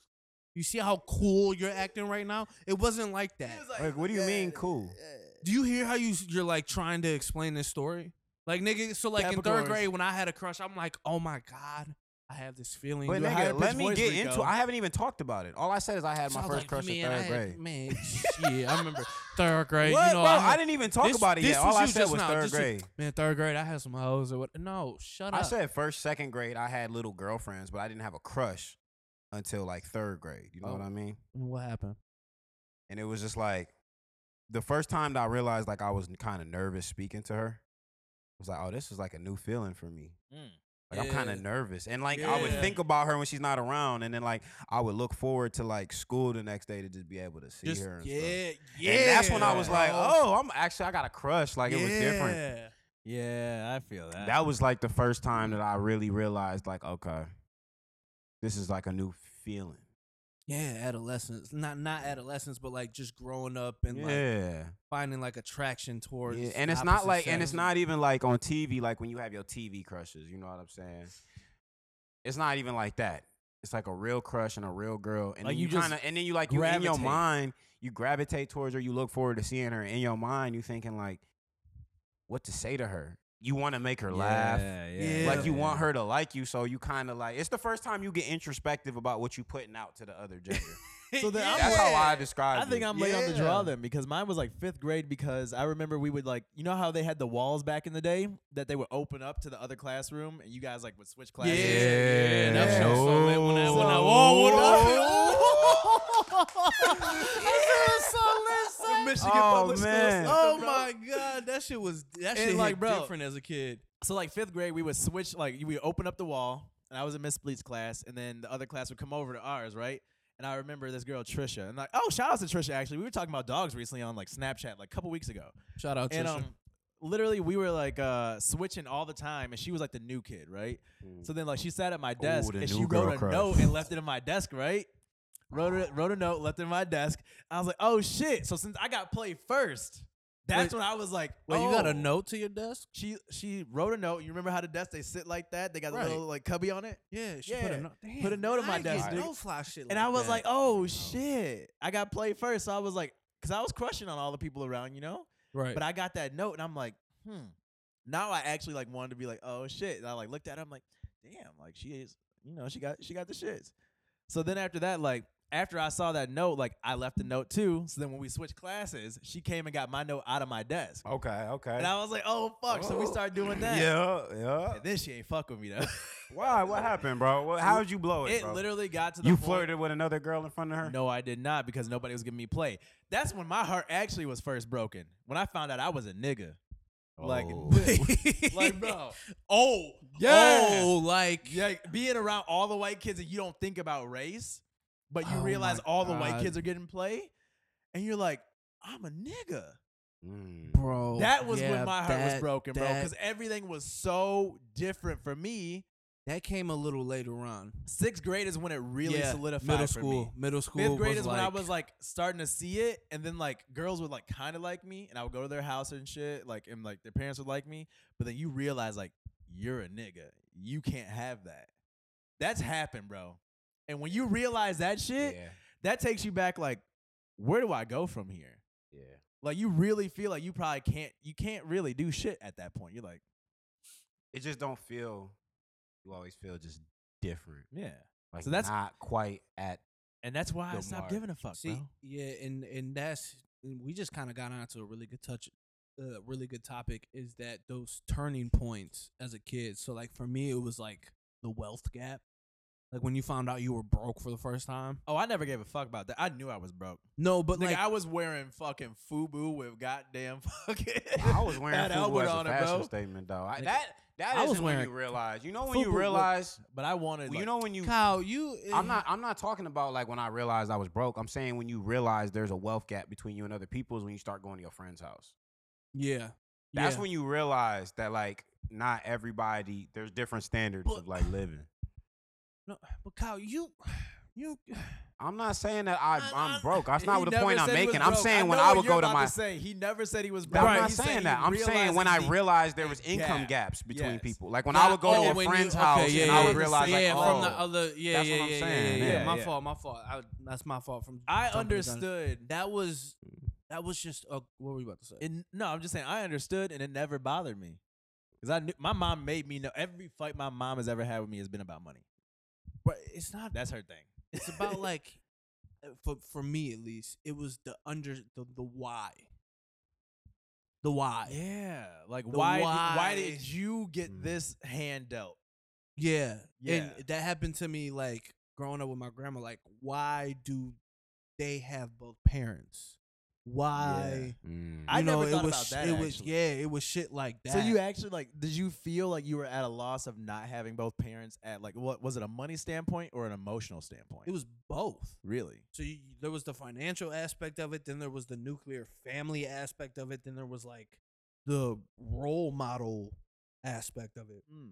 Speaker 4: You see how cool you're acting right now? It wasn't like that.
Speaker 2: Like, what do you mean cool?
Speaker 4: Do you hear how you s- you're like trying to explain this story? Like nigga, so like in third
Speaker 3: Capricorns.
Speaker 4: grade when I had a crush, I'm like, oh my god, I have this feeling.
Speaker 2: But
Speaker 3: Your
Speaker 2: nigga,
Speaker 3: higher-pitched
Speaker 2: let me
Speaker 3: voice,
Speaker 2: get
Speaker 3: Rico.
Speaker 2: into. I haven't even talked about it. All I said is I had
Speaker 4: So
Speaker 2: my
Speaker 4: I was
Speaker 2: first
Speaker 4: like,
Speaker 2: crush in
Speaker 4: man, I
Speaker 2: third
Speaker 4: had-
Speaker 2: grade.
Speaker 4: Man, shit, I remember third grade.
Speaker 2: what,
Speaker 4: You know,
Speaker 2: bro?
Speaker 4: I,
Speaker 2: I,
Speaker 4: had-
Speaker 2: didn't even talk
Speaker 4: this-
Speaker 2: about it
Speaker 4: this
Speaker 2: yet. All
Speaker 4: was
Speaker 2: I
Speaker 4: you
Speaker 2: said
Speaker 4: just
Speaker 2: was
Speaker 4: now.
Speaker 2: third
Speaker 4: This was-
Speaker 2: grade.
Speaker 4: man, third grade, I had some hoes or what? No, shut
Speaker 2: I
Speaker 4: up.
Speaker 2: said first, second grade. I had little girlfriends, but I didn't have a crush until like third grade. You know what
Speaker 4: Oh.
Speaker 2: I mean?
Speaker 4: what happened?
Speaker 2: And it was just like the first time that I realized like I was kind of nervous speaking to her. I was like, oh, this is like a new feeling for me. Like I'm
Speaker 4: Mm.
Speaker 2: kind
Speaker 4: Yeah.
Speaker 2: of nervous, and like I would
Speaker 4: Yeah.
Speaker 2: think about her when she's not around, and then like I would look forward to like school the next day to just be able to see
Speaker 4: Just-
Speaker 2: her. And stuff.
Speaker 4: yeah, yeah.
Speaker 2: And that's when I was like,
Speaker 4: bro.
Speaker 2: oh, I'm actually I got a crush. Like it was different.
Speaker 4: Yeah.
Speaker 3: Yeah, I feel that.
Speaker 2: That was like the first time
Speaker 4: Mm-hmm.
Speaker 2: that I really realized, like, okay, this is like a new feeling.
Speaker 4: Yeah, adolescence. Not not adolescence, but like just growing up and like
Speaker 2: yeah.
Speaker 4: finding like attraction towards.
Speaker 2: Yeah,
Speaker 4: the
Speaker 2: And it's not
Speaker 4: opposite
Speaker 2: like and
Speaker 4: sex.
Speaker 2: it's not even like on TV, like when you have your TV crushes, you know what I'm saying? It's not even like that. It's like a real crush and a real girl. And
Speaker 3: Like,
Speaker 2: then
Speaker 3: you
Speaker 2: you,
Speaker 3: just
Speaker 2: kinda and then you like you in your
Speaker 3: gravitate.
Speaker 2: mind, you gravitate towards her, you look forward to seeing her. In your mind, you thinking like what to say to her. you want to make her laugh.
Speaker 6: Yeah,
Speaker 4: Yeah.
Speaker 2: Like you want
Speaker 6: yeah.
Speaker 2: her to like you, so you kind of like it's the first time you get introspective about what you putting out to the other gender.
Speaker 3: So then I'm
Speaker 2: e That's how I
Speaker 3: like-
Speaker 2: describe.
Speaker 3: I think
Speaker 2: it.
Speaker 3: I'm late on the draw
Speaker 4: Yeah.
Speaker 3: then because mine was like fifth grade because I remember we would like you know how they had the walls back in the day that they would open up to the other classroom and you guys like would switch
Speaker 4: Yeah,
Speaker 3: classes.
Speaker 4: yeah, that
Speaker 2: Yeah.
Speaker 4: shit was so lit when I, when I,
Speaker 3: So-
Speaker 4: oh, when
Speaker 3: Oh The Michigan
Speaker 2: Oh,
Speaker 3: public School
Speaker 2: man.
Speaker 3: system,
Speaker 4: oh
Speaker 3: bro.
Speaker 4: my god, that shit was that
Speaker 3: And
Speaker 4: shit
Speaker 3: like,
Speaker 4: hit
Speaker 3: bro-
Speaker 4: different as a kid.
Speaker 3: So like fifth grade, we would switch like we open up the wall, and I was in Miss Bleet's class, and then the other class would come over to ours, right? And I remember this girl Trisha, and like oh shout out to Trisha actually, we were talking about dogs recently on like Snapchat like a couple weeks ago,
Speaker 4: Shout out
Speaker 3: and
Speaker 4: Trisha.
Speaker 3: um literally we were like uh switching all the time, and she was like the new kid, right? So then like she sat at my desk
Speaker 2: the
Speaker 3: and
Speaker 2: new
Speaker 3: she
Speaker 2: girl
Speaker 3: wrote a
Speaker 2: crush.
Speaker 3: note and left it in my desk, right? Wrote a, wrote a note, left it in my desk. I was like, oh shit! So since I got played first, that's
Speaker 4: Wait-
Speaker 3: when I was like,
Speaker 4: Wait, you got
Speaker 3: oh
Speaker 4: a note to your desk?
Speaker 3: she she wrote a note. You remember how the desk they sit like that? They got
Speaker 4: Right.
Speaker 3: a little like cubby on it.
Speaker 4: Yeah, she
Speaker 3: Yeah.
Speaker 4: note. Damn,
Speaker 3: Put a note in
Speaker 4: I
Speaker 3: my
Speaker 4: ain't get
Speaker 3: desk, dude.
Speaker 4: No fly shit.
Speaker 3: And I was
Speaker 4: that.
Speaker 3: like, oh shit, I got played first. So I was like, because I was crushing on all the people around, you know.
Speaker 4: right.
Speaker 3: But I got that note, and I'm like, hmm. Now I actually like wanted to be like, oh shit. And I like looked at. Her, I'm like, damn, like she is, you know, she got she got the shits. So then after that, like after I saw that note, like I left the note too. So then when we switched classes, she came and got my note out of my desk,
Speaker 2: Okay, okay.
Speaker 3: and I was like, oh fuck. So we
Speaker 2: Oh.
Speaker 3: started doing that.
Speaker 2: Yeah, yeah.
Speaker 3: And then she ain't fuck with me though.
Speaker 2: Why? What happened, bro? What, how'd you blow it?
Speaker 3: It
Speaker 2: bro?
Speaker 3: literally got to the
Speaker 2: You
Speaker 3: point-
Speaker 2: flirted with another girl in front of her.
Speaker 3: No, I did not because nobody was giving me play. That's when my heart actually was first broken when I found out I was a nigga. Like,
Speaker 2: Oh.
Speaker 3: like bro,
Speaker 4: oh,
Speaker 3: Yeah.
Speaker 4: oh, like,
Speaker 3: yeah, being around all the white kids and you don't think about race, but you
Speaker 4: Oh
Speaker 3: realize
Speaker 4: my
Speaker 3: all the
Speaker 4: God.
Speaker 3: white kids are getting play, and you're like, I'm a nigga.
Speaker 2: Mm.
Speaker 4: bro.
Speaker 3: that was
Speaker 4: Oh, yeah,
Speaker 3: when my heart was
Speaker 4: that-
Speaker 3: broken, bro,
Speaker 4: that-
Speaker 3: because everything was so different for me.
Speaker 4: that came a little later on.
Speaker 3: Sixth grade is when it really
Speaker 4: Yeah,
Speaker 3: solidified
Speaker 4: middle
Speaker 3: for
Speaker 4: school.
Speaker 3: me.
Speaker 4: Middle school.
Speaker 3: Fifth grade
Speaker 4: was
Speaker 3: is
Speaker 4: like,
Speaker 3: when I was like starting to see it, and then like girls would like kind of like me, and I would go to their house and shit, like and like their parents would like me, but then you realize like you're a nigga, you can't have that. That's happened, bro. And when you realize that shit, that takes you back like, where do I go from here?
Speaker 2: yeah.
Speaker 3: Like you really feel like you probably can't, you can't really do shit at that point. You're like,
Speaker 2: It just don't feel. You always feel just different.
Speaker 3: yeah,
Speaker 2: Like
Speaker 3: So that's-
Speaker 2: not quite at.
Speaker 3: and that's why I
Speaker 2: The
Speaker 3: stopped
Speaker 2: mark.
Speaker 3: giving a fuck,
Speaker 4: See,
Speaker 3: bro.
Speaker 4: yeah, and and that's and we just kind of got onto a really good touch, uh, really good topic is that those turning points as a kid. So like for me, it was like the wealth gap, like when you found out you were broke for the first time.
Speaker 3: Oh, I never gave a fuck about that. I knew I was broke.
Speaker 4: No, but
Speaker 3: Nigga,
Speaker 4: like
Speaker 3: I was wearing fucking FUBU with goddamn fucking.
Speaker 2: I was wearing
Speaker 3: Bad
Speaker 2: FUBU
Speaker 3: Albert
Speaker 2: as a
Speaker 3: on it,
Speaker 2: fashion
Speaker 3: bro.
Speaker 2: statement, though. I,
Speaker 4: Nigga,
Speaker 2: that that
Speaker 4: I
Speaker 2: is
Speaker 4: was
Speaker 2: when
Speaker 4: wearing
Speaker 2: you realize. You know when
Speaker 3: FUBU
Speaker 2: you
Speaker 3: with-
Speaker 2: realize.
Speaker 3: but I wanted.
Speaker 2: you
Speaker 3: like-
Speaker 2: know when you.
Speaker 4: Kyle, you. eh,
Speaker 2: I'm not. I'm not talking about like when I realized I was broke. I'm saying when you realize there's a wealth gap between you and other people's when you start going to your friend's house.
Speaker 4: Yeah,
Speaker 2: That's
Speaker 4: yeah.
Speaker 2: when you realize that like not everybody there's different standards of
Speaker 4: But-
Speaker 2: like living.
Speaker 4: No, but Kyle, you, you.
Speaker 2: I'm not saying that I,
Speaker 4: I-
Speaker 2: I'm
Speaker 4: I-
Speaker 2: broke. That's not
Speaker 3: He
Speaker 2: what the
Speaker 3: never
Speaker 2: point I'm
Speaker 3: said he was
Speaker 2: making. I'm
Speaker 3: broke.
Speaker 2: saying
Speaker 3: I
Speaker 2: when
Speaker 3: know
Speaker 2: I
Speaker 3: what
Speaker 2: would
Speaker 3: you're
Speaker 2: go to
Speaker 3: about
Speaker 2: my.
Speaker 3: say he never said he was
Speaker 2: I'm
Speaker 3: broke.
Speaker 2: not
Speaker 3: He's
Speaker 2: saying
Speaker 3: he
Speaker 2: that. I'm saying when I
Speaker 3: realizes the-
Speaker 2: realized there was
Speaker 3: the
Speaker 2: income
Speaker 3: gap.
Speaker 2: gaps between
Speaker 3: Yes.
Speaker 2: people. Like when
Speaker 4: Nah,
Speaker 2: I would go
Speaker 4: oh,
Speaker 2: to a
Speaker 4: when
Speaker 2: friend's
Speaker 4: you,
Speaker 2: house
Speaker 4: okay, yeah,
Speaker 2: and
Speaker 4: yeah,
Speaker 2: I would
Speaker 4: yeah,
Speaker 2: realize
Speaker 4: yeah,
Speaker 2: like,
Speaker 4: from
Speaker 2: oh,
Speaker 4: the other, yeah,
Speaker 2: that's
Speaker 4: yeah,
Speaker 2: what I'm
Speaker 4: yeah,
Speaker 2: saying,
Speaker 4: yeah, yeah,
Speaker 2: yeah.
Speaker 4: My
Speaker 3: Yeah.
Speaker 4: fault, my fault. I, that's my fault. From jumping
Speaker 3: I
Speaker 4: the gun.
Speaker 3: understood.
Speaker 4: That was, that was just. A, what were you about to say?
Speaker 3: It, no, I'm just saying I understood, and it never bothered me because I knew my mom made me know every fight my mom has ever had with me has been about money.
Speaker 4: but it's not
Speaker 3: That's her thing.
Speaker 4: it's about like uh, for for me at least it was the under the, the why the why yeah,
Speaker 3: Yeah, like
Speaker 4: The
Speaker 3: why? Why,
Speaker 4: why.
Speaker 3: why did you get
Speaker 2: Mm.
Speaker 3: this hand dealt? Yeah.
Speaker 4: and that happened to me like growing up with my grandma like why do they have both parents why
Speaker 2: Mm.
Speaker 3: I
Speaker 4: you know
Speaker 3: never thought
Speaker 4: it was
Speaker 3: about
Speaker 4: sh-
Speaker 3: that,
Speaker 4: it was
Speaker 3: actually.
Speaker 4: yeah it was shit like that
Speaker 3: So you actually like did you feel like you were at a loss of not having both parents at like what was it a money standpoint or an emotional standpoint?
Speaker 4: it was both
Speaker 3: really.
Speaker 4: so you, there was the financial aspect of it then there was the nuclear family aspect of it then there was like the role model aspect of it
Speaker 2: Mm.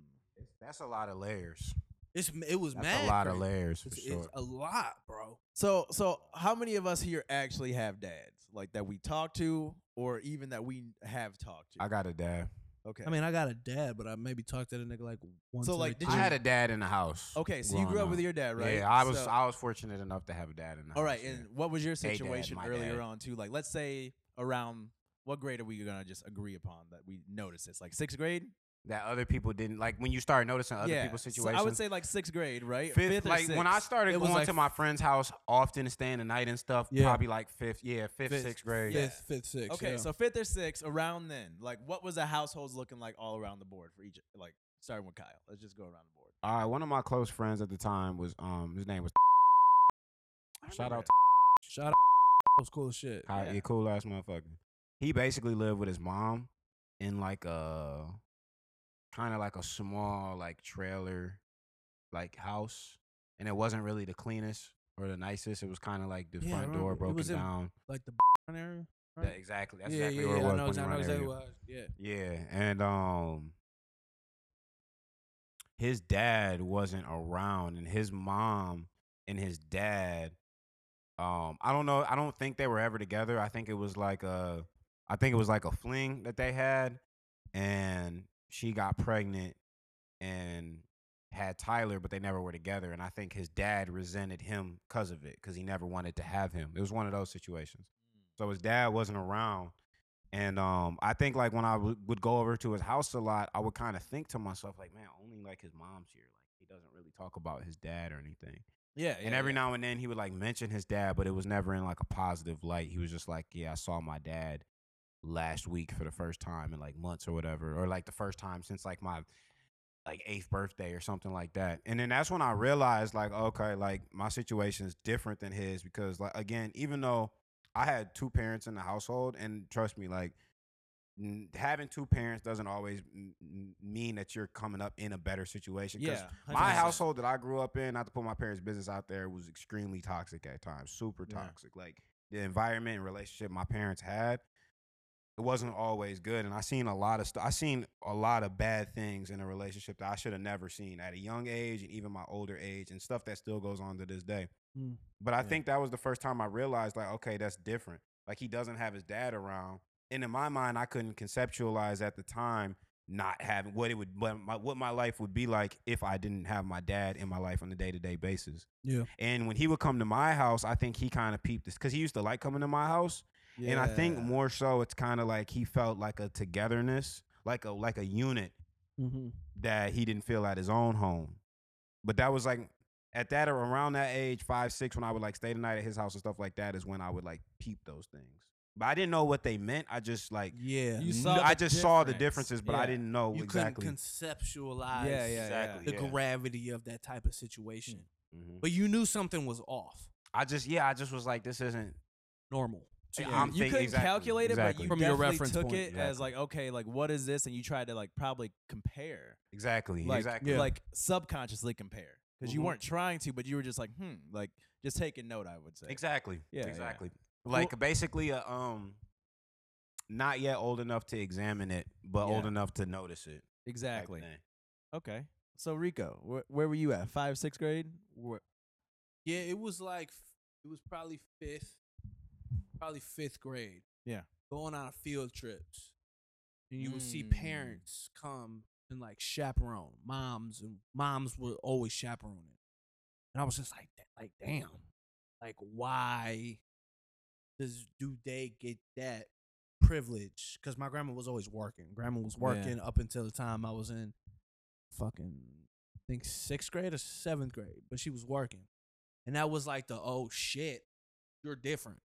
Speaker 2: That's a lot of layers.
Speaker 4: it's it was
Speaker 2: That's
Speaker 4: mad
Speaker 2: a lot
Speaker 4: crazy.
Speaker 2: of layers for
Speaker 4: It's,
Speaker 2: sure.
Speaker 4: it's a lot, bro.
Speaker 3: So so how many of us here actually have dads like that we talk to or even that we have talked to?
Speaker 2: I got a dad.
Speaker 3: okay.
Speaker 4: I mean, I got a dad, but I maybe talked to the nigga like once.
Speaker 3: So,
Speaker 4: in a
Speaker 3: like, did
Speaker 4: year.
Speaker 2: I had a dad in the house.
Speaker 3: okay, so you
Speaker 2: growing
Speaker 3: grew up with your dad, right?
Speaker 2: Yeah, I was.
Speaker 3: So-
Speaker 2: I was fortunate enough to have a dad in the house.
Speaker 3: all right,
Speaker 2: yeah.
Speaker 3: and what was your
Speaker 2: Hey, Dad,
Speaker 3: situation
Speaker 2: my
Speaker 3: earlier
Speaker 2: dad.
Speaker 3: on too? Like let's say around What grade are we gonna just agree upon that we notice this? Like sixth grade?
Speaker 2: that other people didn't like when you start noticing other people's
Speaker 3: so
Speaker 2: situations.
Speaker 3: I would say like sixth grade, right?
Speaker 2: fifth,
Speaker 3: or
Speaker 2: like when I
Speaker 3: sixth.
Speaker 2: started
Speaker 3: It was
Speaker 2: going
Speaker 3: like
Speaker 2: to my friend's house often to staying the night and stuff,
Speaker 4: Yeah.
Speaker 2: probably like fifth, yeah, fifth, sixth grade.
Speaker 3: yeah.
Speaker 4: Fifth, fifth, sixth.
Speaker 3: Okay,
Speaker 4: yeah.
Speaker 3: so fifth or sixth, around then, like what was the households looking like all around the board for each? Like starting with Kyle, let's just go around the board.
Speaker 2: All right, one of my close friends at the time was um his name was shout out
Speaker 4: shout out those cool as shit.
Speaker 2: All right,
Speaker 3: Yeah.
Speaker 2: yeah. cool ass motherfucker. He basically lived with his mom in like a kind of like a small like trailer like house, and it wasn't really the cleanest or the nicest. It was kind of like the
Speaker 4: Yeah, I
Speaker 2: front door
Speaker 4: remember. It
Speaker 2: broken
Speaker 4: was in-
Speaker 2: down.
Speaker 4: Like the area.
Speaker 2: Yeah,
Speaker 4: right?
Speaker 2: exactly. That's
Speaker 4: yeah,
Speaker 2: exactly
Speaker 4: yeah,
Speaker 2: where it
Speaker 4: yeah.
Speaker 2: was.
Speaker 4: I know
Speaker 2: when
Speaker 4: exactly, I know
Speaker 2: around
Speaker 4: exactly
Speaker 2: area.
Speaker 4: what I was- Yeah.
Speaker 2: Yeah, and um, his dad wasn't around, and his mom and his dad, um, I don't know, I don't think they were ever together. I think it was like a, I think it was like a fling that they had, and she got pregnant and had Tyler, but they never were together. And I think his dad resented him because of it, because he never wanted to have him. It was one of those situations. So his dad wasn't around. And um, I think like when I w- would go over to his house a lot, I would kind of think to myself like, man, only like his mom's here. Like he doesn't really talk about his dad or anything.
Speaker 3: Yeah,
Speaker 2: and every now and then he would like mention his dad, but it was never in like a positive light. He was just like, yeah, I saw my dad last week for the first time in like months or whatever, or like the first time since like my like eighth birthday or something like that. And then that's when I realized like, okay, like my situation is different than his because like again, even though I had two parents in the household, and trust me, like n- having two parents doesn't always m- m- mean that you're coming up in a better situation. 'cause
Speaker 3: yeah,
Speaker 2: my
Speaker 3: 100%.
Speaker 2: household that I grew up in, not to put my parents' business out there, was extremely toxic at times, super
Speaker 3: Yeah.
Speaker 2: toxic. Like the environment and relationship my parents had, it wasn't always good. And I seen a lot of stuff. I seen a lot of bad things in a relationship that I should have never seen at a young age and even my older age and stuff that still goes on to this day.
Speaker 4: Mm.
Speaker 2: But I
Speaker 3: Yeah.
Speaker 2: think that was the first time I realized, like, okay, that's different. Like he doesn't have his dad around. And in my mind, I couldn't conceptualize at the time not having what it would what my, what my life would be like if I didn't have my dad in my life on a day to day basis.
Speaker 4: Yeah.
Speaker 2: And when he would come to my house, I think he kind of peeped this because he used to like coming to my house, and I think
Speaker 3: Yeah.
Speaker 2: more so it's kind of like he felt like a togetherness, like a like a unit
Speaker 4: Mm-hmm.
Speaker 2: that he didn't feel at his own home. But that was like at that or around that age, five, six, when I would like stay the night at his house and stuff like that, is when I would like peep those things. But I didn't know what they meant. I just like
Speaker 4: Yeah.
Speaker 2: kn-
Speaker 3: You saw
Speaker 2: I
Speaker 3: the
Speaker 2: just saw the
Speaker 3: difference.
Speaker 2: differences, but
Speaker 3: Yeah.
Speaker 2: I didn't know
Speaker 4: you
Speaker 2: exactly.
Speaker 4: couldn't conceptualize
Speaker 3: Yeah, yeah,
Speaker 2: Exactly,
Speaker 4: the
Speaker 2: yeah.
Speaker 4: gravity of that type of situation.
Speaker 3: Mm-hmm.
Speaker 2: Mhm.
Speaker 4: But you knew something was off.
Speaker 2: I just yeah, I just was like, this isn't.
Speaker 4: Normal. to
Speaker 2: Yeah,
Speaker 4: you.
Speaker 2: I'm
Speaker 3: you
Speaker 2: think-
Speaker 3: couldn't
Speaker 2: exactly,
Speaker 3: calculate it, but
Speaker 2: exactly.
Speaker 3: you
Speaker 4: From your
Speaker 3: definitely
Speaker 4: reference
Speaker 3: took
Speaker 4: point,
Speaker 3: it as like, okay, like what is this? And you tried to like probably compare,
Speaker 2: Exactly.
Speaker 3: like,
Speaker 2: exactly.
Speaker 3: like subconsciously compare because you
Speaker 2: Mhm.
Speaker 3: weren't trying to, but you were just like, hmm, like just taking note. I would say
Speaker 2: Exactly.
Speaker 3: Yeah, yeah.
Speaker 2: Exactly. Like basically, a, um, not yet old enough to examine it, but old
Speaker 3: Yeah.
Speaker 2: enough to notice it. type
Speaker 3: exactly.
Speaker 2: thing.
Speaker 3: Okay, so Rico, wh- where were you at? Five, sixth grade? Wh-
Speaker 4: Yeah, it was like f- it was probably fifth, probably fifth grade.
Speaker 3: Yeah.
Speaker 4: going on field trips, and you would see
Speaker 3: Mm.
Speaker 4: parents come and like chaperone moms, and moms were always chaperoning, and I was just like, "Da- like damn, like why does do they get that privilege? Because my grandma was always working. Grandma was working up until the time I was in fucking I think sixth grade or seventh grade, but she was working. And that was like the oh shit, you're different.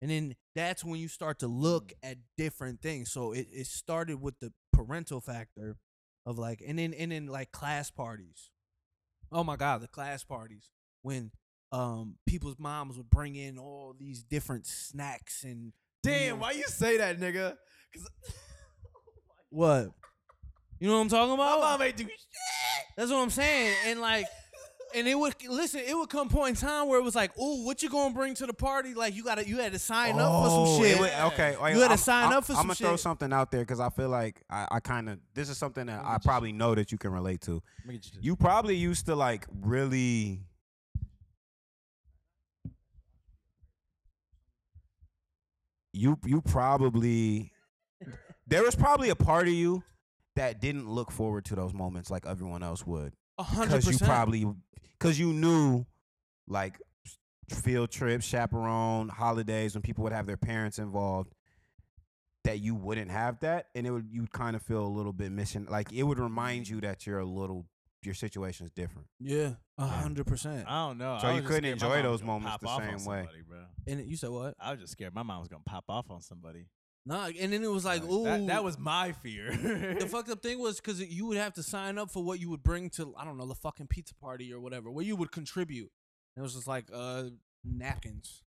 Speaker 4: And then that's when you start to look at different things. So it, it started with the parental factor of like and then and then like class parties. Oh my god, the class parties when um people's moms would bring in all these different snacks and
Speaker 3: Damn, why you say that, nigga? Because
Speaker 4: what? You know what I'm talking
Speaker 3: my
Speaker 4: about?
Speaker 3: mom ain't do shit.
Speaker 4: That's what I'm saying. And like, and it would listen. It would come point in time where it was like, "Oh, what you gonna bring to the party? Like, you gotta, you had to sign up for
Speaker 2: Oh,
Speaker 4: some
Speaker 2: it
Speaker 4: shit."
Speaker 2: wa-
Speaker 3: uh,
Speaker 2: okay, wait,
Speaker 4: You had to
Speaker 2: I'm-
Speaker 4: sign
Speaker 2: I'm-
Speaker 4: up for
Speaker 2: I'm
Speaker 4: some
Speaker 2: gonna throw
Speaker 4: shit.
Speaker 2: something out there because I feel like I, I kind of this is something that
Speaker 3: Look
Speaker 2: I
Speaker 3: at you.
Speaker 2: probably know that you can relate to. You probably used to like really. You you probably there was probably a part of you that didn't look forward to those moments like everyone else would
Speaker 4: A hundred
Speaker 2: because you
Speaker 4: percent.
Speaker 2: probably because you knew like s- field trips, chaperone, holidays when people would have their parents involved. that you wouldn't have that, and it would you would kind of feel a little bit missing. Like it would remind you that you're a little your situation is different.
Speaker 4: Yeah, a hundred percent.
Speaker 3: I don't know.
Speaker 2: So
Speaker 3: I
Speaker 2: you
Speaker 3: was just
Speaker 2: couldn't
Speaker 3: scared my
Speaker 2: enjoy
Speaker 3: mom was
Speaker 2: those
Speaker 3: gonna
Speaker 2: moments
Speaker 3: pop
Speaker 2: the
Speaker 3: off on
Speaker 2: same way.
Speaker 3: somebody, bro.
Speaker 4: And it- you said what?
Speaker 3: I was just scared my mom was gonna pop off on somebody.
Speaker 4: Nah, and then it was like,
Speaker 3: Like,
Speaker 4: ooh,
Speaker 3: that, that was my fear.
Speaker 4: the fucked up thing was because you would have to sign up for what you would bring to I don't know the fucking pizza party or whatever, where you would contribute. And it was just like uh napkins.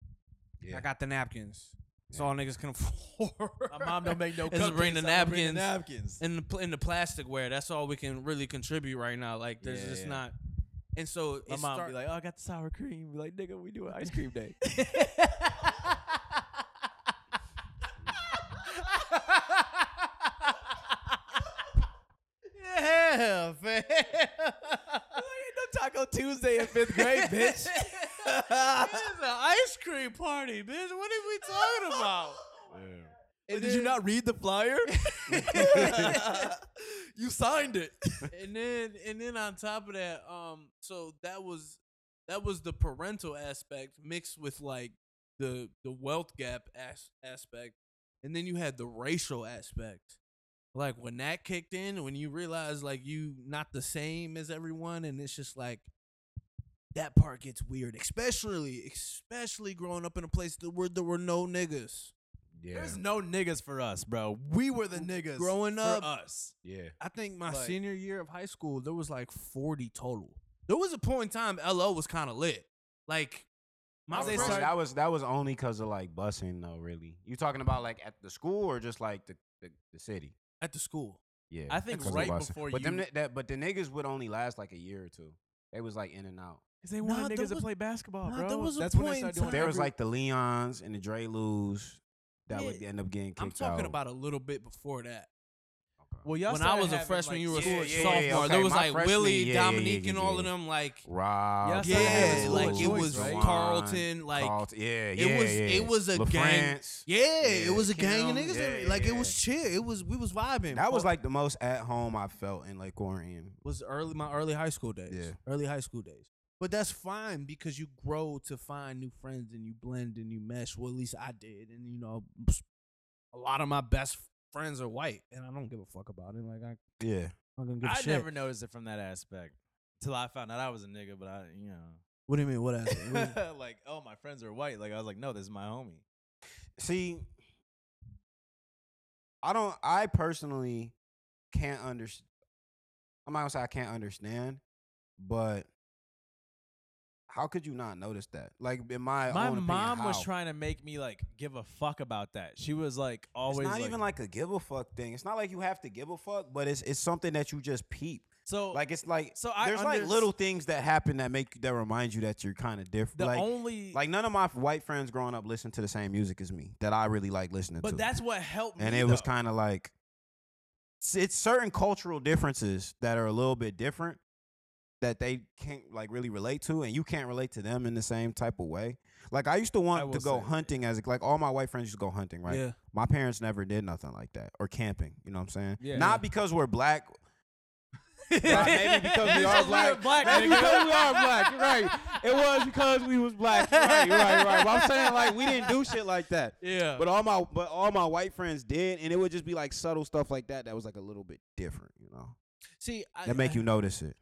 Speaker 2: Yeah.
Speaker 4: I got the napkins. That's
Speaker 2: Yeah.
Speaker 4: all niggas can afford.
Speaker 3: my mom don't make no.
Speaker 4: It's
Speaker 3: cupcakes,
Speaker 4: bring the
Speaker 3: so I don't
Speaker 4: napkins.
Speaker 3: Bring the napkins.
Speaker 4: in the pl- in the plasticware. That's all we can really contribute right now. Like there's
Speaker 3: Yeah,
Speaker 4: just
Speaker 3: yeah.
Speaker 4: not. And so
Speaker 3: My
Speaker 4: it
Speaker 3: mom
Speaker 4: start-
Speaker 3: be like, "Oh, I got the sour cream." Be like, "Nigga, we doing ice cream day."
Speaker 4: yeah, man.
Speaker 3: no Taco Tuesday in fifth grade,
Speaker 4: It's
Speaker 3: bitch.
Speaker 4: an ice cream party, bitch. What are we talking about?
Speaker 3: And did you not read the flyer? you signed it.
Speaker 4: and then and then on top of that, um, so that was that was the parental aspect mixed with like the the wealth gap as- aspect, and then you had the racial aspect. Like when that kicked in, when you realize like you not the same as everyone, and it's just like that part gets weird, especially especially growing up in a place that where there were no niggas.
Speaker 2: Yeah,
Speaker 3: There's no niggas for us, bro. We were the niggas
Speaker 4: Growing up-
Speaker 3: for us.
Speaker 2: yeah.
Speaker 4: I think my
Speaker 3: Like-
Speaker 4: senior year of high school, there was like 40 total. There was a point in time LO was kind of lit. Like my
Speaker 3: I'd say
Speaker 4: friends,
Speaker 2: Bro,
Speaker 3: start-
Speaker 2: that was that was only because of like busing though. Really, you talking about like at the school or just like the the, the city?
Speaker 4: at the school.
Speaker 2: Yeah,
Speaker 3: I think
Speaker 2: 'cause of
Speaker 3: right
Speaker 2: busing.
Speaker 3: before
Speaker 2: but them,
Speaker 3: you-
Speaker 2: ni- that but the niggas would only last like a year or two. They was like in and out.
Speaker 3: Cause they
Speaker 4: Nah,
Speaker 3: wanted
Speaker 4: there was-
Speaker 3: niggas to play basketball,
Speaker 4: nah,
Speaker 3: bro.
Speaker 4: there was a
Speaker 3: That's when
Speaker 4: point
Speaker 3: they
Speaker 4: in
Speaker 3: started doing.
Speaker 4: time-
Speaker 2: There was
Speaker 3: every-
Speaker 2: like the Leons and the Dre Lus that would
Speaker 4: Yeah.
Speaker 2: end up getting kicked
Speaker 4: I'm talking
Speaker 2: out.
Speaker 4: about a little bit before that.
Speaker 2: Okay.
Speaker 3: well, y'all
Speaker 4: when
Speaker 3: started
Speaker 4: I was a
Speaker 3: having,
Speaker 4: freshman,
Speaker 3: like,
Speaker 4: you were a
Speaker 2: yeah, yeah, yeah,
Speaker 4: sophomore. there
Speaker 2: okay,
Speaker 4: was
Speaker 2: my
Speaker 4: like
Speaker 2: freshman
Speaker 4: Willie,
Speaker 2: year, yeah, yeah,
Speaker 4: Dominique,
Speaker 2: yeah,
Speaker 4: and all
Speaker 2: yeah.
Speaker 4: of them. Like
Speaker 2: Rob,
Speaker 3: That's not
Speaker 4: yeah,
Speaker 3: having school
Speaker 4: like it
Speaker 3: choice,
Speaker 4: was
Speaker 3: right?
Speaker 4: Carlton. Like
Speaker 2: Carlton, yeah, yeah,
Speaker 4: it was
Speaker 2: yeah.
Speaker 4: it was a
Speaker 2: La
Speaker 4: gang.
Speaker 2: France.
Speaker 4: Yeah, it
Speaker 2: Yeah,
Speaker 4: was a gang of
Speaker 2: Kim,
Speaker 4: niggas. that-
Speaker 2: yeah,
Speaker 4: like it
Speaker 2: yeah.
Speaker 4: was chill. It was we was vibing.
Speaker 2: That was
Speaker 4: Fuck.
Speaker 2: like the most at home I felt in Lake Orion.
Speaker 4: was early my early high school days.
Speaker 2: Yeah.
Speaker 4: Early high school days. But that's fine because you grow to find new friends and you blend and you mesh. Well, at least I did. And you know, a lot of my best friends are white, and I don't give a fuck about it. Like I,
Speaker 2: Yeah,
Speaker 4: I'm gonna give a
Speaker 3: I
Speaker 4: shit.
Speaker 3: never noticed it from that aspect till I found out I was a nigga. But I, you know,
Speaker 4: What do you mean? What? happened? What-
Speaker 3: like, oh, my friends are white. Like I was like, no, this is my homie.
Speaker 2: See, I don't. I personally can't understand. I'm not gonna say I can't understand, but how could you not notice that? Like in my
Speaker 3: my
Speaker 2: own opinion,
Speaker 3: mom was
Speaker 2: how?
Speaker 3: trying to make me like give a fuck about that. She was like always
Speaker 2: It's not
Speaker 3: like,
Speaker 2: even like a give a fuck thing. It's not like you have to give a fuck, but it's it's something that you just peep.
Speaker 3: so
Speaker 2: Like it's like
Speaker 3: so Oh, I
Speaker 2: there's like
Speaker 3: unders-
Speaker 2: little things that happen that make that remind you that you're kind of different.
Speaker 3: the
Speaker 2: like
Speaker 3: only
Speaker 2: like none of my white friends growing up listened to the same music as me that I really like listening to.
Speaker 3: but that's what helped me
Speaker 2: and it was
Speaker 3: though.
Speaker 2: kind of like s- it's certain cultural differences that are a little bit different that they can't like really relate to and you can't relate to them in the same type of way like i used to want
Speaker 3: will
Speaker 2: to go
Speaker 3: say that.
Speaker 2: hunting as like all my white friends used to go hunting right
Speaker 4: Yeah.
Speaker 2: my parents never did nothing like that or camping you know what i'm saying
Speaker 3: Yeah.
Speaker 2: not
Speaker 3: Yeah.
Speaker 2: because we're black Nah, maybe because we are black.
Speaker 3: black,
Speaker 2: Maybe
Speaker 3: nigga.
Speaker 2: because we are black, right? It was because we was black, right? Right? Right? But I'm saying like we didn't do shit like that.
Speaker 4: yeah.
Speaker 2: But all my but all my white friends did, and it would just be like subtle stuff like that that was like a little bit different, you know.
Speaker 4: See, I,
Speaker 2: That make
Speaker 4: I-
Speaker 2: you notice it.